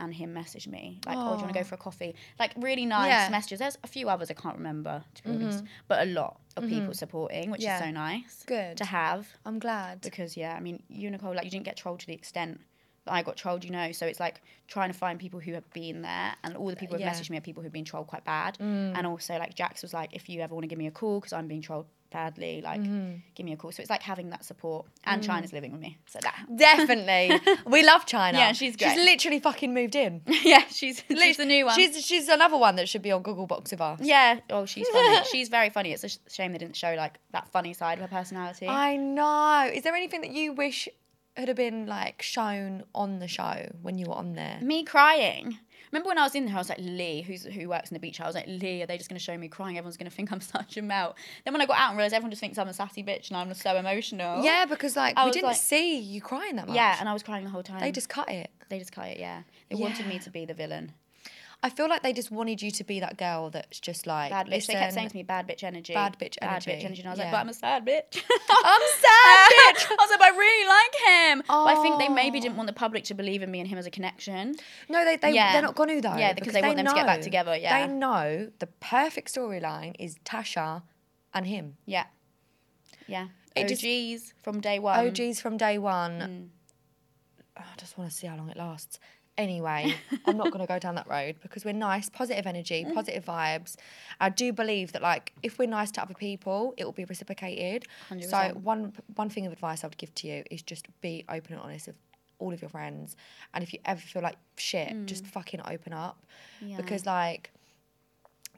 [SPEAKER 3] and him messaged me like, oh, do you want to
[SPEAKER 1] Aw.
[SPEAKER 3] go for a coffee? Like really nice
[SPEAKER 1] Yeah.
[SPEAKER 3] messages. There's a few others I can't remember to be honest,
[SPEAKER 1] Mhm.
[SPEAKER 3] but a lot of people
[SPEAKER 1] Mhm.
[SPEAKER 3] supporting, which
[SPEAKER 1] Yeah.
[SPEAKER 3] is so nice
[SPEAKER 1] Good.
[SPEAKER 3] to have
[SPEAKER 1] I'm glad.
[SPEAKER 3] because yeah, I mean, you Nicole, like you didn't get trolled to the extent that I got trolled, you know. So it's like trying to find people who have been there, and all the people who
[SPEAKER 1] Yeah.
[SPEAKER 3] have messaged me are people who've been trolled quite bad.
[SPEAKER 1] Mm.
[SPEAKER 3] And also, like Jax was like, if you ever want to give me a call because I'm being trolled badly, like
[SPEAKER 1] Mhm.
[SPEAKER 3] give me a call. So it's like having that support,
[SPEAKER 1] Mm.
[SPEAKER 3] and China's living with me, so that.
[SPEAKER 1] Definitely. we love China.
[SPEAKER 3] Yeah, she's great.
[SPEAKER 1] She's literally fucking moved in.
[SPEAKER 3] yeah, she's she's the new one.
[SPEAKER 1] She's she's another one that should be on Google Box with us.
[SPEAKER 3] yeah, oh, she's funny. she's very funny. It's a sh- shame they didn't show like that funny side of her personality.
[SPEAKER 1] I know. Is there anything that you wish had have been like shown on the show when you were on there?
[SPEAKER 3] Me crying. Remember when I was in there, I was like, Lee, who's, who works in the beach? I was like, Lee, are they just going to show me crying? Everyone's going to think I'm such a melt. Then when I got out and realised everyone just thinks I'm a sassy bitch and I'm so emotional.
[SPEAKER 1] Yeah, because like
[SPEAKER 3] I
[SPEAKER 1] we
[SPEAKER 3] was
[SPEAKER 1] didn't
[SPEAKER 3] like-
[SPEAKER 1] see you crying that much.
[SPEAKER 3] Yeah, and I was crying the whole time.
[SPEAKER 1] they just cut it.
[SPEAKER 3] they just cut it, yeah. They wanted me
[SPEAKER 1] Yeah.
[SPEAKER 3] to be the villain.
[SPEAKER 1] I feel like they just wanted you to be that girl that's just like
[SPEAKER 3] Bad bitch. they kept
[SPEAKER 1] listen,
[SPEAKER 3] saying to me, bad bitch energy.
[SPEAKER 1] bad bitch
[SPEAKER 3] Bad bitch
[SPEAKER 1] energy.
[SPEAKER 3] energy. And I was like,
[SPEAKER 1] Yeah.
[SPEAKER 3] but I'm a sad bitch.
[SPEAKER 1] I'm sad, bitch.
[SPEAKER 3] I was like, but I really like him. But I think they maybe
[SPEAKER 1] Oh.
[SPEAKER 3] didn't want the public to believe in me and him as a connection.
[SPEAKER 1] No, they, they
[SPEAKER 3] Yeah.
[SPEAKER 1] they're not going to though.
[SPEAKER 3] Yeah, because they want them to get back together, yeah.
[SPEAKER 1] they know the perfect storyline is Tasha and him.
[SPEAKER 3] Yeah. Yeah.
[SPEAKER 1] It
[SPEAKER 3] OGs
[SPEAKER 1] just-
[SPEAKER 3] from day one.
[SPEAKER 1] OGs from day one.
[SPEAKER 3] Mm.
[SPEAKER 1] Oh, I just want to see how long it lasts. Anyway, I'm not going to go down that road because we're nice, positive energy, positive vibes. I do believe that, like, if we're nice to other people, it will be reciprocated. So
[SPEAKER 3] 100%.
[SPEAKER 1] one one thing of advice I would give to you is just be open and honest with all of your friends, and if you ever feel like shit, just fucking open up, because like.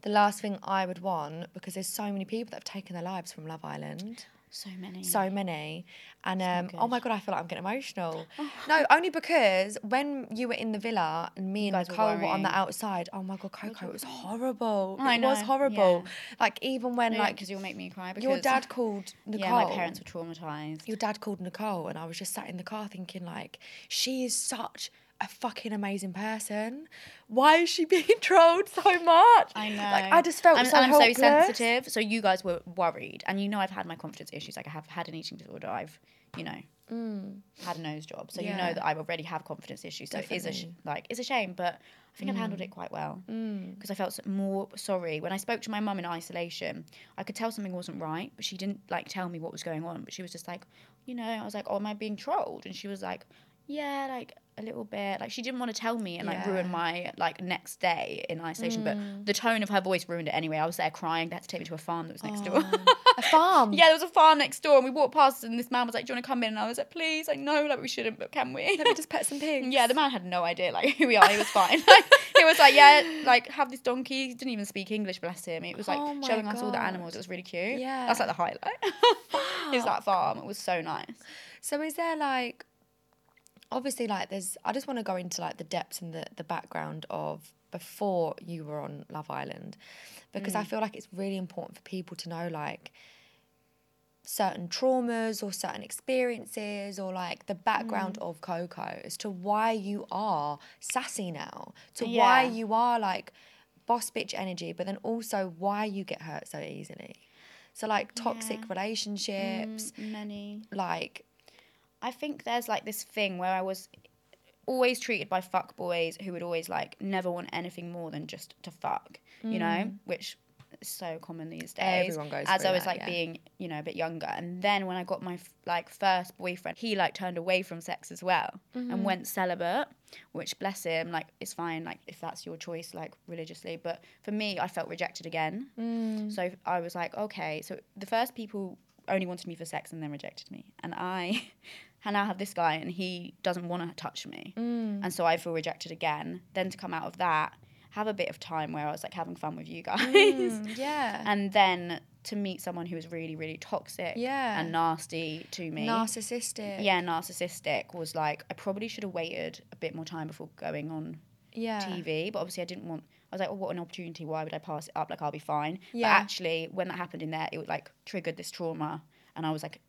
[SPEAKER 1] The last thing I would want, because there's so many people that have taken their lives from Love Island
[SPEAKER 3] So many.
[SPEAKER 1] so many. And um,
[SPEAKER 3] not
[SPEAKER 1] oh my
[SPEAKER 3] Mm. good. Oh.
[SPEAKER 1] god, I feel like I'm getting emotional. no, only because when you were in the villa and me and
[SPEAKER 3] guys were
[SPEAKER 1] Nicole were, on the
[SPEAKER 3] worrying.
[SPEAKER 1] outside. Oh my god, Coco, it was horrible.
[SPEAKER 3] I
[SPEAKER 1] it was
[SPEAKER 3] know,
[SPEAKER 1] horrible.
[SPEAKER 3] yeah.
[SPEAKER 1] Like even when
[SPEAKER 3] like
[SPEAKER 1] like
[SPEAKER 3] because you'll make me cry. Because
[SPEAKER 1] your dad called Nicole.
[SPEAKER 3] Yeah, my parents were traumatized.
[SPEAKER 1] Your dad called Nicole, and I was just sat in the car thinking like, she is such a fucking amazing person. Why is she being trolled so much?
[SPEAKER 3] I know.
[SPEAKER 1] Like, I just felt
[SPEAKER 3] I'm,
[SPEAKER 1] so
[SPEAKER 3] and I'm
[SPEAKER 1] helpless.
[SPEAKER 3] so sensitive. So you guys were worried, and you know I've had my confidence issues. Like I have had an eating disorder. I've, you know,
[SPEAKER 1] Mm.
[SPEAKER 3] had a nose job. So you
[SPEAKER 1] Yeah.
[SPEAKER 3] know that I already have confidence issues. So it is a sh-
[SPEAKER 1] Definitely.
[SPEAKER 3] like it's a shame, but I think I've handled
[SPEAKER 1] Mm.
[SPEAKER 3] it quite well
[SPEAKER 1] Mm.
[SPEAKER 3] because I felt s- more sorry when I spoke to my mum in isolation. I could tell something wasn't right, but she didn't like tell me what was going on. But she was just like, you know, I was like, oh, am I being trolled? And she was like, yeah, like a little bit. Like she didn't want to tell me and like ruin
[SPEAKER 1] Yeah. Mm.
[SPEAKER 3] my like next day in isolation. But the tone of her voice ruined it anyway. I was there crying. They had to take me to a farm that was next door.
[SPEAKER 1] A farm.
[SPEAKER 3] Yeah, there was a farm next door, and we walked past, and this man was like, "Do you want to come in?" And I was like, "Please, I know, like we shouldn't, but can we?"
[SPEAKER 1] Let me just pet some pigs.
[SPEAKER 3] yeah, the man had no idea like who we are. He was fine. Like, he was like, "Yeah, like have this donkey." He didn't even speak English, bless him. It was like
[SPEAKER 1] Oh my
[SPEAKER 3] showing us all the
[SPEAKER 1] God.
[SPEAKER 3] animals. It was really cute.
[SPEAKER 1] Yeah.
[SPEAKER 3] that's like the highlight. Is that farm? It was so nice.
[SPEAKER 1] So is there like obviously like there's I just want to go into like the depths and the, the background of before you were on Love Island because
[SPEAKER 3] Mm.
[SPEAKER 1] I feel like it's really important for people to know like certain traumas or certain experiences or like the background
[SPEAKER 3] Mm.
[SPEAKER 1] of Coco as to why you are sassy now, to why
[SPEAKER 3] Yeah.
[SPEAKER 1] you are like boss bitch energy, but then also why you get hurt so easily. So like toxic
[SPEAKER 3] Yeah. Mm.
[SPEAKER 1] relationships,
[SPEAKER 3] Many.
[SPEAKER 1] like
[SPEAKER 3] I think there's like this thing where I was always treated by fuck boys who would always like never want anything more than just to fuck, you know, which is so common these days.
[SPEAKER 1] Everyone goes
[SPEAKER 3] As
[SPEAKER 1] through
[SPEAKER 3] I was
[SPEAKER 1] that,
[SPEAKER 3] like
[SPEAKER 1] yeah.
[SPEAKER 3] being, you know, a bit younger, and then when I got my f- like first boyfriend, he like turned away from sex as well and went celibate, which bless him, like it's fine, like if that's your choice, like religiously. But for me, I felt rejected again. So I was like, okay. So the first people only wanted me for sex and then rejected me. And I and now have this guy and he doesn't want to touch me. And so I feel rejected again. Then to come out of that, have a bit of time where I was like having fun with you guys.
[SPEAKER 1] yeah.
[SPEAKER 3] And then to meet someone who was really, really toxic
[SPEAKER 1] Yeah.
[SPEAKER 3] and nasty to me.
[SPEAKER 1] narcissistic.
[SPEAKER 3] yeah, narcissistic was like, I probably should have waited a bit more time before going on
[SPEAKER 1] yeah,
[SPEAKER 3] TV, but obviously I didn't want. I was like, oh, what an opportunity! Why would I pass it up? Like, I'll be fine.
[SPEAKER 1] Yeah.
[SPEAKER 3] But actually, when that happened in there, it like triggered this trauma, and I was like,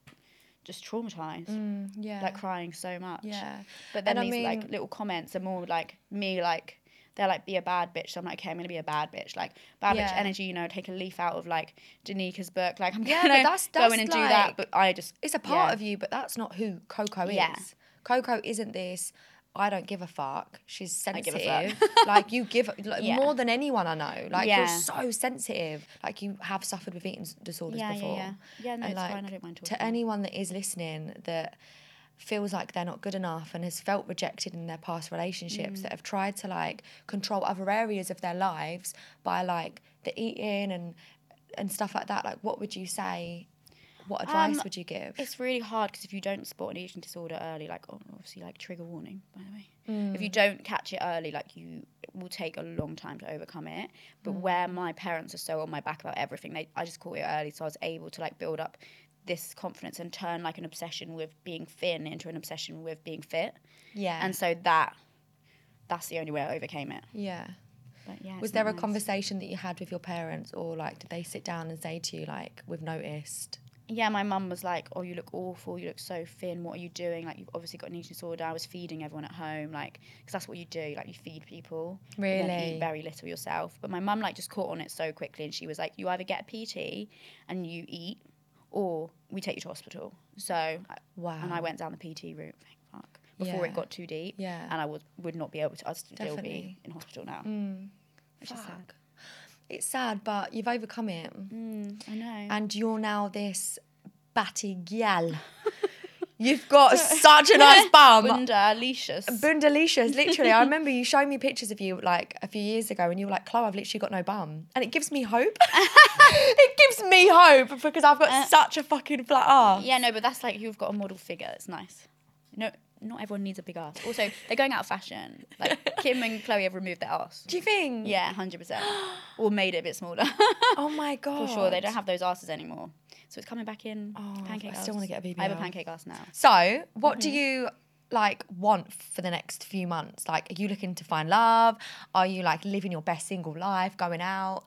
[SPEAKER 3] just traumatized,
[SPEAKER 1] Mm, yeah,
[SPEAKER 3] like crying so much.
[SPEAKER 1] yeah.
[SPEAKER 3] But then
[SPEAKER 1] And I
[SPEAKER 3] these like
[SPEAKER 1] mean-
[SPEAKER 3] little comments are more like me like they're like be a bad bitch. So I'm like, okay, I'm gonna be a bad bitch. Like bad
[SPEAKER 1] Yeah.
[SPEAKER 3] bitch energy, you know, take a leaf out of like Danica's book. Like I'm
[SPEAKER 1] Yeah, but
[SPEAKER 3] gonna
[SPEAKER 1] that's-
[SPEAKER 3] go
[SPEAKER 1] that's
[SPEAKER 3] in and do that.
[SPEAKER 1] like-
[SPEAKER 3] But I just
[SPEAKER 1] It's a part
[SPEAKER 3] yeah.
[SPEAKER 1] of you, but that's not who Coco is.
[SPEAKER 3] Yeah.
[SPEAKER 1] Coco isn't this. I don't give a fuck. She's
[SPEAKER 3] give
[SPEAKER 1] sensitive.
[SPEAKER 3] a fuck.
[SPEAKER 1] like you give like,
[SPEAKER 3] Yeah.
[SPEAKER 1] more than anyone I know. Like
[SPEAKER 3] Yeah.
[SPEAKER 1] you're so sensitive. Like you have suffered with eating s- disorders
[SPEAKER 3] Yeah, yeah,
[SPEAKER 1] before.
[SPEAKER 3] yeah. Yeah, no,
[SPEAKER 1] And,
[SPEAKER 3] it's fine. I don't mind talking
[SPEAKER 1] To
[SPEAKER 3] about it.
[SPEAKER 1] anyone that is listening that feels like they're not good enough and has felt rejected in their past relationships
[SPEAKER 3] Mm.
[SPEAKER 1] that have tried to like control other areas of their lives by like the eating and and stuff like that. Like what would you say? What advice
[SPEAKER 3] Um,
[SPEAKER 1] would you give?
[SPEAKER 3] It's really hard because if you don't spot an eating disorder early, like oh, obviously, like trigger warning, by the way. If you don't catch it early, like you it will take a long time to overcome it. But where my parents are so on my back about everything, they I just caught it early, so I was able to like build up this confidence and turn like an obsession with being thin into an obsession with being fit.
[SPEAKER 1] Yeah.
[SPEAKER 3] And so that that's the only way I overcame it.
[SPEAKER 1] yeah.
[SPEAKER 3] But yeah,
[SPEAKER 1] Was
[SPEAKER 3] it's not
[SPEAKER 1] there a
[SPEAKER 3] nice.
[SPEAKER 1] conversation that you had with your parents, or like, did they sit down and say to you, like, we've noticed?
[SPEAKER 3] yeah, my mum was like, "Oh, you look awful. You look so thin. What are you doing? Like, you've obviously got an eating disorder." I was feeding everyone at home, like, because that's what you do. Like, you feed people, and then
[SPEAKER 1] Really?
[SPEAKER 3] eat very little yourself. But my mum like just caught on it so quickly, and she was like, "You either get PT and you eat, or we take you to hospital." So, I- and
[SPEAKER 1] Wow.
[SPEAKER 3] I went down the PT route. Thank fuck. Before
[SPEAKER 1] Yeah.
[SPEAKER 3] it got too deep,
[SPEAKER 1] Yeah.
[SPEAKER 3] and I was would not be able to. I'd still
[SPEAKER 1] Definitely. Mm.
[SPEAKER 3] be in hospital now, which is sad. Mm.
[SPEAKER 1] It's sad, but you've overcome it,
[SPEAKER 3] I know.
[SPEAKER 1] and you're now this batty gal. you've got such a nice bum.
[SPEAKER 3] Bunda, uh, Alicia's.
[SPEAKER 1] Bundalicious, literally. I remember you showed me pictures of you like a few years ago, and you were like, "Chloe, I've literally got no bum," and it gives me hope. it gives me hope because I've got such a fucking flat ass.
[SPEAKER 3] Uh, Yeah, no, but that's like you've got a model figure. It's nice. No, not everyone needs a big ass. Also, they're going out of fashion. Like Kim and Chloe have removed their ass.
[SPEAKER 1] Do you think?
[SPEAKER 3] Yeah, hundred percent. Or made it a bit smaller.
[SPEAKER 1] Oh my
[SPEAKER 3] For
[SPEAKER 1] god.
[SPEAKER 3] sure, they don't have those asses anymore. So it's coming back in.
[SPEAKER 1] Oh,
[SPEAKER 3] pancake
[SPEAKER 1] I still
[SPEAKER 3] ass.
[SPEAKER 1] wanna get a
[SPEAKER 3] I have a
[SPEAKER 1] BBL.
[SPEAKER 3] pancake ass now.
[SPEAKER 1] So, what
[SPEAKER 3] Mm-hmm.
[SPEAKER 1] do you like want for the next few months? Like, are you looking to find love? Are you like living your best single life, going out?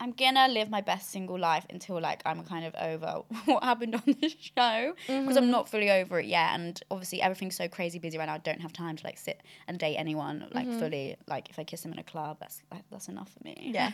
[SPEAKER 3] I'm gonna live my best single life until like I'm kind of over what happened on this show because I'm
[SPEAKER 1] Mhm.
[SPEAKER 3] not fully over it yet. And obviously everything's so crazy busy right now. I don't have time to like sit and date anyone like
[SPEAKER 1] Mhm.
[SPEAKER 3] fully. Like if I kiss them in a club, that's that, that's enough for me.
[SPEAKER 1] Yeah.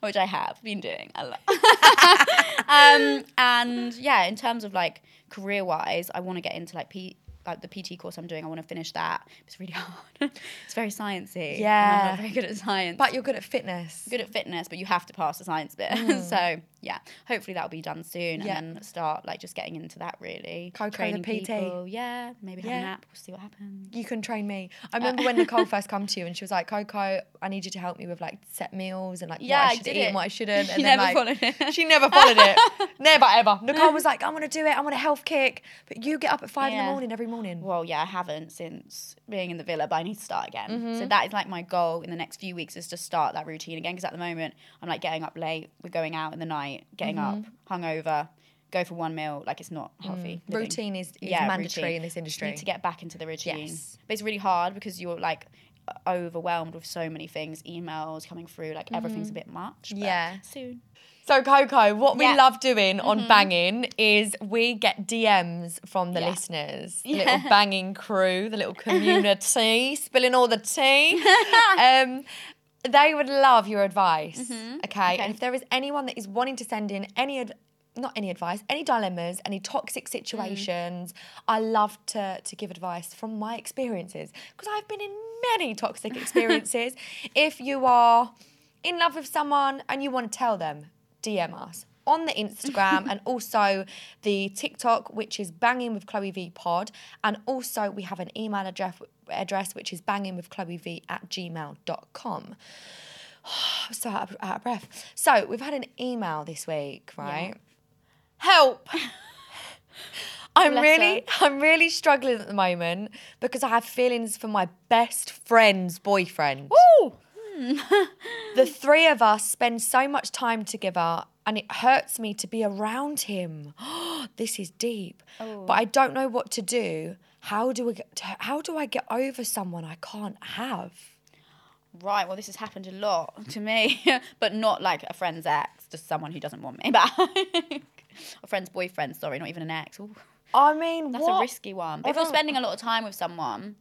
[SPEAKER 3] which I have been doing a lot. um, and yeah, in terms of like career wise, I want to get into like P. Like the PT course I'm doing, I want to finish that. It's really hard. it's very sciencey. and I'm
[SPEAKER 1] Yeah.
[SPEAKER 3] not very good at science
[SPEAKER 1] But you're good at fitness.
[SPEAKER 3] good at fitness, but you have to pass the science bit.
[SPEAKER 1] Mm.
[SPEAKER 3] so yeah, hopefully that'll be done soon,
[SPEAKER 1] Yeah.
[SPEAKER 3] and then start like just getting into that really.
[SPEAKER 1] Coco the
[SPEAKER 3] Training
[SPEAKER 1] PT.
[SPEAKER 3] people, yeah. Maybe have an
[SPEAKER 1] Yeah.
[SPEAKER 3] app. We'll see what happens.
[SPEAKER 1] You can train me.
[SPEAKER 3] Uh,
[SPEAKER 1] I remember when Nicole first come to you and she was like, Coco, I need you to help me with like set meals and like
[SPEAKER 3] Yeah,
[SPEAKER 1] what
[SPEAKER 3] I
[SPEAKER 1] I should
[SPEAKER 3] did
[SPEAKER 1] eat
[SPEAKER 3] it.
[SPEAKER 1] and what I shouldn't.
[SPEAKER 3] She
[SPEAKER 1] and
[SPEAKER 3] never followed it.
[SPEAKER 1] She never followed it. never ever. Nicole was like, I want to do it. I want a health kick. But you get up at five in
[SPEAKER 3] Yeah.
[SPEAKER 1] the morning every morning.
[SPEAKER 3] Well, yeah, I haven't since being in the villa, but I need to start again. So
[SPEAKER 1] Mhm.
[SPEAKER 3] that is like my goal in the next few weeks is to start that routine again. Because at the moment, I'm like getting up late, we're going out in the night, getting
[SPEAKER 1] Mhm.
[SPEAKER 3] up, hungover, go for one meal. Like it's not healthy.
[SPEAKER 1] Mm.
[SPEAKER 3] living.
[SPEAKER 1] Routine is, is mandatory in this
[SPEAKER 3] Just
[SPEAKER 1] industry.
[SPEAKER 3] need to get back into the routine.
[SPEAKER 1] Yes.
[SPEAKER 3] But it's really hard because you're like overwhelmed with so many things, emails coming through, like everything's a
[SPEAKER 1] Mhm.
[SPEAKER 3] bit much. but
[SPEAKER 1] Yeah.
[SPEAKER 3] Soon.
[SPEAKER 1] So Coco, what
[SPEAKER 3] Yeah.
[SPEAKER 1] we love doing
[SPEAKER 3] Mhm.
[SPEAKER 1] on banging is we get DMs from the
[SPEAKER 3] Yeah.
[SPEAKER 1] listeners, the
[SPEAKER 3] Yeah.
[SPEAKER 1] little banging crew, the little community, spilling all the tea. um, they would love your advice,
[SPEAKER 3] Mhm.
[SPEAKER 1] okay?
[SPEAKER 3] Okay.
[SPEAKER 1] And if there is anyone that is wanting to send in any ad- not any advice, any dilemmas, any toxic situations, I love to to give advice from my experiences because I've been in many toxic experiences. if you are in love with someone and you want to tell them, DM us on the Instagram and also the TikTok, which is banging with Chloe V pod. And also we have an email address address which is banging with Chloe V at gmail.com. I'm so out of, out of breath. So we've had an email this week, right? Help! I'm
[SPEAKER 3] Bless
[SPEAKER 1] really, I'm really struggling at the moment because I have feelings for my best friend's boyfriend.
[SPEAKER 3] Woo!
[SPEAKER 1] The three of us spend so much time together and it hurts me to be around him. this is deep. But I don't know what to do. How do I get, how do I get over someone I can't have?
[SPEAKER 3] Right, well, this has happened a lot to me, but not like a friend's ex, just someone who doesn't want me back. a friend's boyfriend, sorry, not even an ex. Ooh,
[SPEAKER 1] I mean,
[SPEAKER 3] that's
[SPEAKER 1] what?
[SPEAKER 3] a risky one. But
[SPEAKER 1] I
[SPEAKER 3] if you're
[SPEAKER 1] don't-
[SPEAKER 3] spending a lot of time with someone,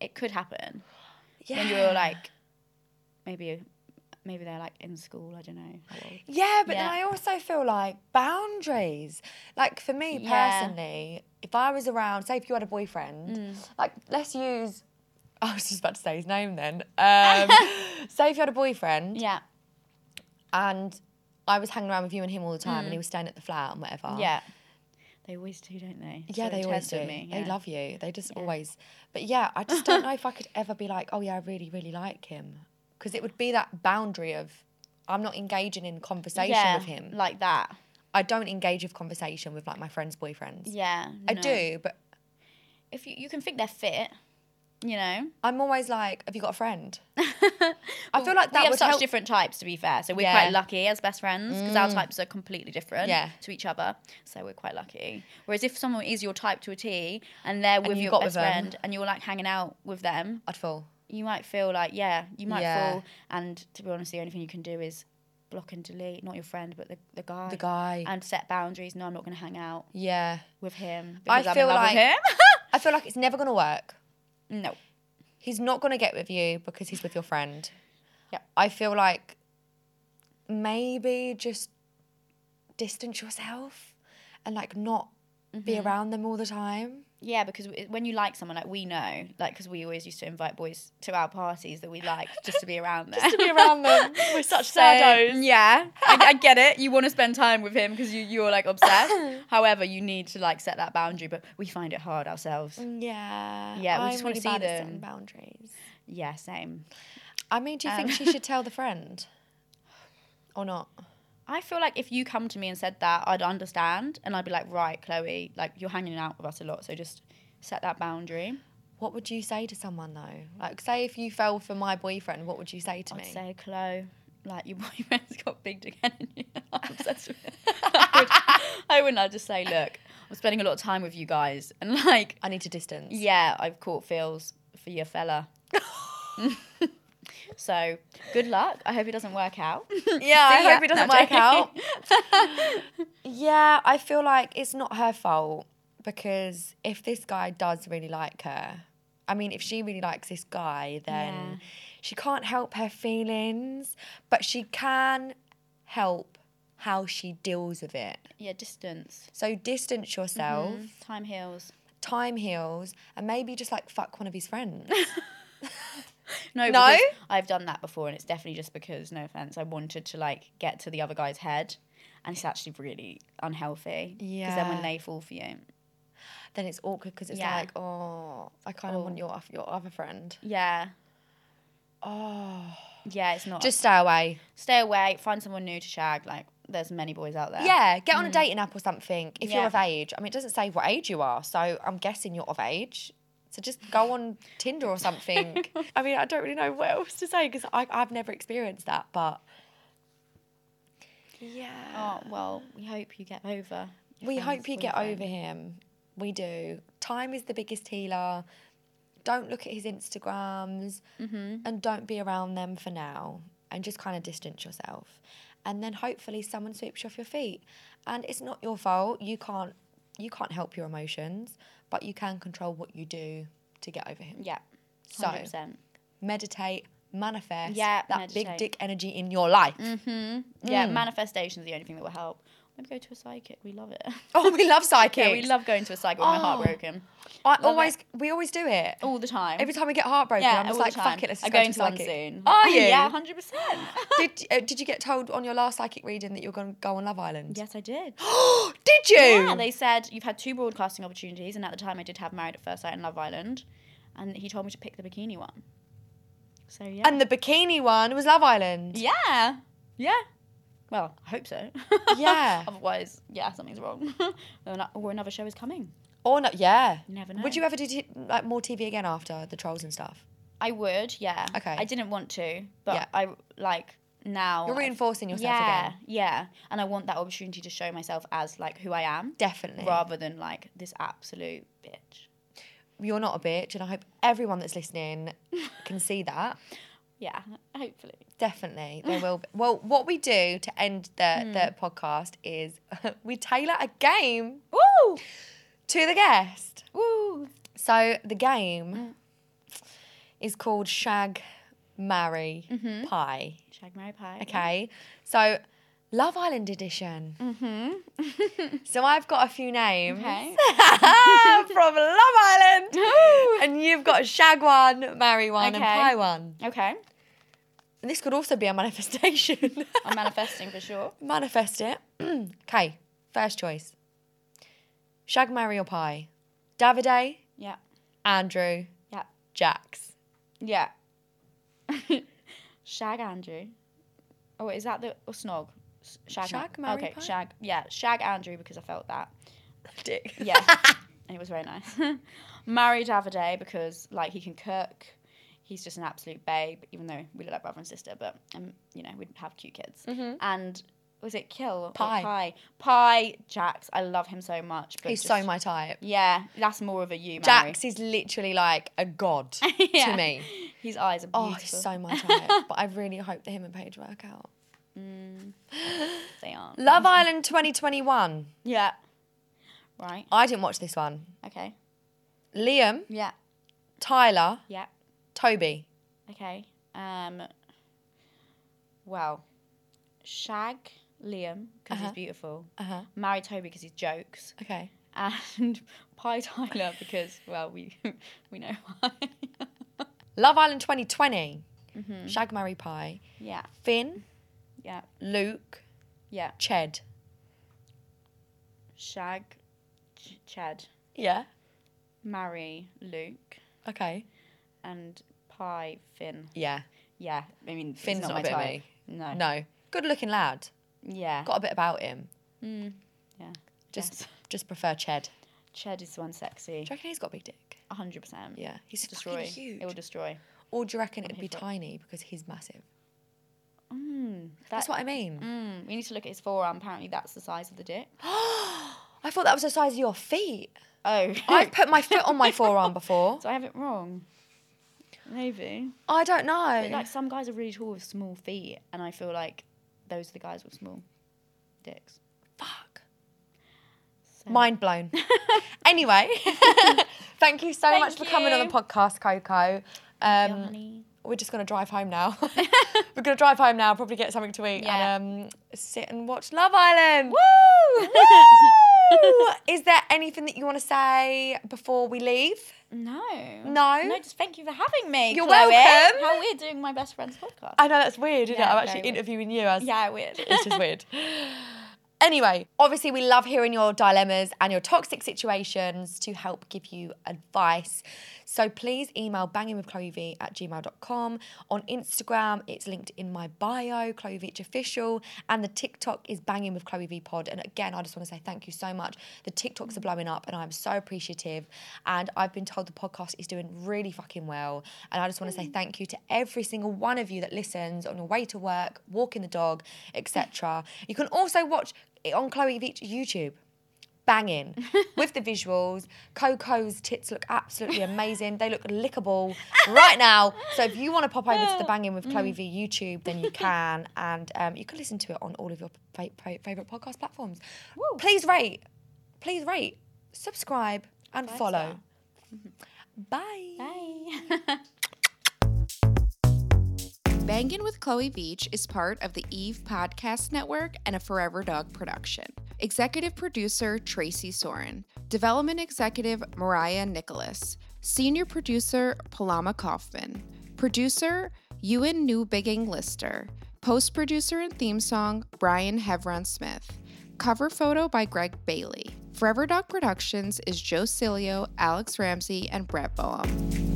[SPEAKER 3] it could happen.
[SPEAKER 1] Yeah.
[SPEAKER 3] When you're like, maybe, maybe they're like in school, I don't know. how old.
[SPEAKER 1] Yeah, but then I
[SPEAKER 3] Yeah.
[SPEAKER 1] also feel like boundaries. Like for me
[SPEAKER 3] Yeah.
[SPEAKER 1] personally, if I was around, say if you had a boyfriend,
[SPEAKER 3] Mm.
[SPEAKER 1] like let's use I was just about to say his name then. Um, say if you had a boyfriend
[SPEAKER 3] Yeah.
[SPEAKER 1] and I was hanging around with you and him all the time and he was staying at the flat and whatever.
[SPEAKER 3] Mm. Yeah. They always do, don't they? It's
[SPEAKER 1] Yeah,
[SPEAKER 3] so
[SPEAKER 1] they always
[SPEAKER 3] intense
[SPEAKER 1] do.
[SPEAKER 3] with me,
[SPEAKER 1] They
[SPEAKER 3] yeah.
[SPEAKER 1] love you. They just always. But yeah, I just don't know if I could ever be like, oh yeah, I really, really like him, because it would be that boundary of I'm not engaging in conversation
[SPEAKER 3] yeah,
[SPEAKER 1] with him.
[SPEAKER 3] Like that.
[SPEAKER 1] I don't engage with conversation with like my friends' boyfriends.
[SPEAKER 3] Yeah.
[SPEAKER 1] I
[SPEAKER 3] no.
[SPEAKER 1] do, but
[SPEAKER 3] If you, you can think they're fit, you know.
[SPEAKER 1] I'm always like, have you got a friend? I feel like
[SPEAKER 3] we
[SPEAKER 1] that
[SPEAKER 3] have
[SPEAKER 1] was
[SPEAKER 3] such
[SPEAKER 1] help-
[SPEAKER 3] different types, to be fair. So we're
[SPEAKER 1] Yeah. Mm.
[SPEAKER 3] quite lucky as best friends because our types are completely different
[SPEAKER 1] Yeah.
[SPEAKER 3] to each other. So we're quite lucky. Whereas if someone is your type to a T and they're with
[SPEAKER 1] you
[SPEAKER 3] your
[SPEAKER 1] got
[SPEAKER 3] best
[SPEAKER 1] with 'em.
[SPEAKER 3] friend and you're like hanging out with them,
[SPEAKER 1] I'd fall.
[SPEAKER 3] you might feel like yeah, you might
[SPEAKER 1] Yeah.
[SPEAKER 3] fall. And to be honest, the only thing you can do is block and delete. Not your friend, but the, the guy.
[SPEAKER 1] The guy.
[SPEAKER 3] And set boundaries. No, I'm not going to hang out
[SPEAKER 1] Yeah,
[SPEAKER 3] with him
[SPEAKER 1] I
[SPEAKER 3] because I am
[SPEAKER 1] feel
[SPEAKER 3] in love
[SPEAKER 1] like
[SPEAKER 3] with
[SPEAKER 1] I feel like it's never gonna work.
[SPEAKER 3] him. no.
[SPEAKER 1] He's not gonna get with you because he's with your friend.
[SPEAKER 3] Yep.
[SPEAKER 1] I feel like maybe just distance yourself and like not be around them all the time.
[SPEAKER 3] Yeah, because w- when you like someone, like we know, like because we always used to invite boys to our parties that we liked just to be around them.
[SPEAKER 1] Just to be around them. We're such saddos.
[SPEAKER 3] Yeah, I, I get it. You want to spend time with him because you you're like obsessed. However, you need to like set that boundary, but we find it hard ourselves.
[SPEAKER 1] Mm. Yeah.
[SPEAKER 3] Yeah, we
[SPEAKER 1] I'm
[SPEAKER 3] just wanna
[SPEAKER 1] really
[SPEAKER 3] see
[SPEAKER 1] bad at
[SPEAKER 3] them.
[SPEAKER 1] setting boundaries.
[SPEAKER 3] Yeah, same.
[SPEAKER 1] I mean, do you
[SPEAKER 3] Um,
[SPEAKER 1] think she should tell the friend or not?
[SPEAKER 3] I feel like if you come to me and said that, I'd understand, and I'd be like, right, Chloe, like you're hanging out with us a lot, so just set that boundary.
[SPEAKER 1] What would you say to someone though? Like, say if you fell for my boyfriend, what would you say to
[SPEAKER 3] I'd
[SPEAKER 1] me?
[SPEAKER 3] say, Chloe, like your boyfriend's got big dick energy. I'm obsessed with it. I, would, I wouldn't. I'd just say, look, I'm spending a lot of time with you guys, and like,
[SPEAKER 1] I need to distance.
[SPEAKER 3] yeah, I've caught feels for your fella. So good luck. I hope it doesn't work out.
[SPEAKER 1] Yeah, I
[SPEAKER 3] See ya.
[SPEAKER 1] hope it doesn't
[SPEAKER 3] No,
[SPEAKER 1] work out.
[SPEAKER 3] joking.
[SPEAKER 1] yeah, I feel like it's not her fault because if this guy does really like her, I mean, if she really likes this guy, then she can't help her feelings, but she can help how she deals with it.
[SPEAKER 3] Yeah, distance.
[SPEAKER 1] So distance yourself,
[SPEAKER 3] Mhm. Time heals.
[SPEAKER 1] time heals, and maybe just like fuck one of his friends. No?
[SPEAKER 3] No, because I've done that before, and it's definitely just because, no offense, I wanted to like get to the other guy's head, and it's actually really unhealthy. Because then
[SPEAKER 1] Yeah.
[SPEAKER 3] when they fall for you,
[SPEAKER 1] then it's awkward because it's
[SPEAKER 3] Yeah.
[SPEAKER 1] like, oh, I kind of want your your other friend.
[SPEAKER 3] yeah,
[SPEAKER 1] Oh,
[SPEAKER 3] yeah, it's not.
[SPEAKER 1] just stay away.
[SPEAKER 3] stay away. Find someone new to shag. Like, there's many boys out there.
[SPEAKER 1] Yeah, get on a dating app or something if you're
[SPEAKER 3] Yeah.
[SPEAKER 1] of age. I mean, it doesn't say what age you are, so I'm guessing you're of age. So just go on Tinder or something. I mean, I don't really know what else to say because I've never experienced that, but yeah.
[SPEAKER 3] Oh well, we hope you get over. your
[SPEAKER 1] we
[SPEAKER 3] friend's
[SPEAKER 1] hope you get
[SPEAKER 3] boyfriend.
[SPEAKER 1] over him. We do. Time is the biggest healer. Don't look at his Instagrams
[SPEAKER 3] Mm-hmm.
[SPEAKER 1] and don't be around them for now and just kind of distance yourself. And then hopefully someone sweeps you off your feet. And it's not your fault. You can't you can't help your emotions, but you can control what you do to get over him.
[SPEAKER 3] Yeah,
[SPEAKER 1] So-
[SPEAKER 3] hundred percent.
[SPEAKER 1] Meditate, manifest
[SPEAKER 3] Yeah,
[SPEAKER 1] that big
[SPEAKER 3] meditate. Mm-hmm.
[SPEAKER 1] dick energy in your life.
[SPEAKER 3] Yeah, manifestation is the only thing that will help. Maybe Mm. go to a psychic. We love Oh. it.
[SPEAKER 1] Oh, we love psychics.
[SPEAKER 3] yeah, we love going to a psychic. when We're heartbroken
[SPEAKER 1] I
[SPEAKER 3] love
[SPEAKER 1] always
[SPEAKER 3] it.
[SPEAKER 1] we always do it.
[SPEAKER 3] all the time.
[SPEAKER 1] Every time we get heartbroken, I'm just
[SPEAKER 3] all the
[SPEAKER 1] like, fuck
[SPEAKER 3] time.
[SPEAKER 1] it, let's
[SPEAKER 3] I'm
[SPEAKER 1] just go
[SPEAKER 3] going
[SPEAKER 1] to
[SPEAKER 3] one
[SPEAKER 1] psychic.
[SPEAKER 3] soon. Oh,
[SPEAKER 1] Are you?
[SPEAKER 3] Yeah, hundred percent.
[SPEAKER 1] did, uh, did you get told on your last psychic reading that you're going to go on Love Island?
[SPEAKER 3] Yes, I did.
[SPEAKER 1] Did you?
[SPEAKER 3] yeah, they said you've had two broadcasting opportunities, and at the time I did have Married at First Sight and Love Island, and he told me to pick the bikini one. So yeah.
[SPEAKER 1] and the bikini one was Love Island.
[SPEAKER 3] yeah, yeah. Well, I hope so.
[SPEAKER 1] Yeah.
[SPEAKER 3] Otherwise, yeah, something's wrong. or, ano- or another show is coming.
[SPEAKER 1] Or no, yeah.
[SPEAKER 3] You never know.
[SPEAKER 1] Would you ever do t- like more TV again after the trolls and stuff?
[SPEAKER 3] I would, yeah.
[SPEAKER 1] Okay.
[SPEAKER 3] I didn't want to, but
[SPEAKER 1] Yeah.
[SPEAKER 3] I like now.
[SPEAKER 1] You're
[SPEAKER 3] I-
[SPEAKER 1] reinforcing yourself
[SPEAKER 3] yeah,
[SPEAKER 1] again.
[SPEAKER 3] yeah. And I want that opportunity to show myself as like who I am,
[SPEAKER 1] Definitely.
[SPEAKER 3] rather than like this absolute bitch.
[SPEAKER 1] You're not a bitch, and I hope everyone that's listening can see that.
[SPEAKER 3] Yeah, hopefully.
[SPEAKER 1] Definitely, there will. Be. Well, what we do to end the the
[SPEAKER 3] Hmm.
[SPEAKER 1] podcast is we tailor a game
[SPEAKER 3] Woo!
[SPEAKER 1] to the guest.
[SPEAKER 3] Woo!
[SPEAKER 1] So the game is called Shag, Marry, Pie.
[SPEAKER 3] Mm-hmm. Shag Mary Pie.
[SPEAKER 1] Okay. So Love Island edition. Mm-hmm. so I've got a few names
[SPEAKER 3] Okay. Ah!
[SPEAKER 1] from Love Island, and you've got Shag one, Marry one, and
[SPEAKER 3] Okay.
[SPEAKER 1] Pie one.
[SPEAKER 3] Okay.
[SPEAKER 1] And this could also be a manifestation.
[SPEAKER 3] I'm manifesting for sure.
[SPEAKER 1] Manifest it. okay. First choice. Shag, Marry or Pie. Davide,
[SPEAKER 3] Yeah.
[SPEAKER 1] Andrew,
[SPEAKER 3] Yeah.
[SPEAKER 1] Jax.
[SPEAKER 3] Yeah. Shag Andrew. Oh, is that the or snog? S- Shag.
[SPEAKER 1] Shag Mary
[SPEAKER 3] Okay.
[SPEAKER 1] Pie?
[SPEAKER 3] Shag. Yeah. Shag Andrew because I felt that.
[SPEAKER 1] Dick.
[SPEAKER 3] Yeah. and it was very nice. Marry Davide because like he can cook. He's just an absolute babe, even though we look like brother and sister, but um, you know, we'd have cute kids. And was it Kill? or
[SPEAKER 1] Mm-hmm. Pie.
[SPEAKER 3] Pie. Pie. Jax. I love him so much. But
[SPEAKER 1] He's
[SPEAKER 3] just-
[SPEAKER 1] so my type.
[SPEAKER 3] Yeah, that's more of a you, Mary.
[SPEAKER 1] Jax is literally like a god
[SPEAKER 3] Yeah.
[SPEAKER 1] to me.
[SPEAKER 3] His eyes are
[SPEAKER 1] Oh,
[SPEAKER 3] beautiful.
[SPEAKER 1] he's so my type. but I really hope that him and Paige work out.
[SPEAKER 3] They are.
[SPEAKER 1] Love Island 2021.
[SPEAKER 3] Yeah. Right.
[SPEAKER 1] I didn't watch this one.
[SPEAKER 3] Okay.
[SPEAKER 1] Liam,
[SPEAKER 3] Yeah.
[SPEAKER 1] Tyler,
[SPEAKER 3] Yeah.
[SPEAKER 1] Toby.
[SPEAKER 3] Okay. Um. Well, shag Liam because he's beautiful.
[SPEAKER 1] Uh-huh.
[SPEAKER 3] Marry Toby because he jokes,
[SPEAKER 1] Okay.
[SPEAKER 3] and pie Tyler because well we we know why.
[SPEAKER 1] Love Island 2020. Shag Murray Pie.
[SPEAKER 3] yeah.
[SPEAKER 1] Finn,
[SPEAKER 3] Yeah.
[SPEAKER 1] Luke,
[SPEAKER 3] Yeah.
[SPEAKER 1] Ched.
[SPEAKER 3] Shag. Ch- Chad.
[SPEAKER 1] Yeah.
[SPEAKER 3] Marry Luke
[SPEAKER 1] Okay.
[SPEAKER 3] and pie Finn.
[SPEAKER 1] Yeah.
[SPEAKER 3] Yeah. I mean he's
[SPEAKER 1] Finn's
[SPEAKER 3] not,
[SPEAKER 1] not
[SPEAKER 3] my
[SPEAKER 1] a bit of
[SPEAKER 3] type.
[SPEAKER 1] me.
[SPEAKER 3] No.
[SPEAKER 1] No. Good looking lad.
[SPEAKER 3] Yeah.
[SPEAKER 1] Got a bit about him.
[SPEAKER 3] Yeah.
[SPEAKER 1] Just
[SPEAKER 3] Yes.
[SPEAKER 1] just prefer Ched. Do
[SPEAKER 3] Chad is the one sexy.
[SPEAKER 1] you reckon he's got a big dick?
[SPEAKER 3] hundred percent.
[SPEAKER 1] Yeah. He's fucking
[SPEAKER 3] Destroy.
[SPEAKER 1] huge.
[SPEAKER 3] It will destroy.
[SPEAKER 1] Or do you reckon it'd
[SPEAKER 3] here
[SPEAKER 1] be
[SPEAKER 3] for it.
[SPEAKER 1] tiny because he's massive?
[SPEAKER 3] Mm,
[SPEAKER 1] That's
[SPEAKER 3] that-
[SPEAKER 1] what I mean.
[SPEAKER 3] Mm, we need to look at his forearm. Apparently, that's the size of the dick.
[SPEAKER 1] I thought that was the size of your feet.
[SPEAKER 3] Oh,
[SPEAKER 1] I've put my foot on my forearm before.
[SPEAKER 3] so I have it wrong. Maybe.
[SPEAKER 1] I don't know.
[SPEAKER 3] But, like some guys are really tall with small feet, and I feel like those are the guys with small dicks.
[SPEAKER 1] Fuck. So. Mind blown. anyway, thank you so
[SPEAKER 3] Thank
[SPEAKER 1] much for coming on the
[SPEAKER 3] you.
[SPEAKER 1] podcast, Coco. Um, we're just gonna drive home now. we're gonna drive home now. Probably get something to eat and um, sit and watch Love Island. Woo! Woo! Is there anything that you want to say before we leave?
[SPEAKER 3] No.
[SPEAKER 1] No?
[SPEAKER 3] No, just thank you for having me.
[SPEAKER 1] You're
[SPEAKER 3] Chloe.
[SPEAKER 1] welcome.
[SPEAKER 3] How we're doing my best friend's podcast.
[SPEAKER 1] I know that's weird, isn't it?
[SPEAKER 3] Yeah,
[SPEAKER 1] I'm
[SPEAKER 3] very
[SPEAKER 1] actually
[SPEAKER 3] weird.
[SPEAKER 1] interviewing you as
[SPEAKER 3] Yeah, weird.
[SPEAKER 1] it's just weird. Anyway, obviously, we love hearing your dilemmas and your toxic situations to help give you advice. So please email bangingwithchloev at gmail.com. On Instagram, it's linked in my bio, Chloe Veach Official, and the TikTok is banging with Chloe V Pod. And again, I just want to say thank you so much. The TikToks are blowing up, and I'm so appreciative. And I've been told the podcast is doing really fucking well. And I just want to say thank you to every single one of you that listens on your way to work, walking the dog, etc. You can also watch it on Chloe Veach YouTube. Banging with the visuals. Coco's tits look absolutely amazing. They look lickable right now. So if you want to pop over to the Banging with Chloe V YouTube, then you can, and um, you can listen to it on all of your fa- fa- favorite podcast platforms. Please rate, please rate, subscribe, and follow. Bye.
[SPEAKER 3] Bye.
[SPEAKER 5] Bangin' with Chloe Beach is part of the Eve Podcast Network and a Forever Dog production. Executive producer Tracy Soren, development executive Mariah Nicholas, senior producer Paloma Kaufman, producer Ewan Newbigging Lister, post producer and theme song Brian Hevron Smith, cover photo by Greg Bailey. Forever Dog Productions is Joe Cilio, Alex Ramsey, and Brett Boehm.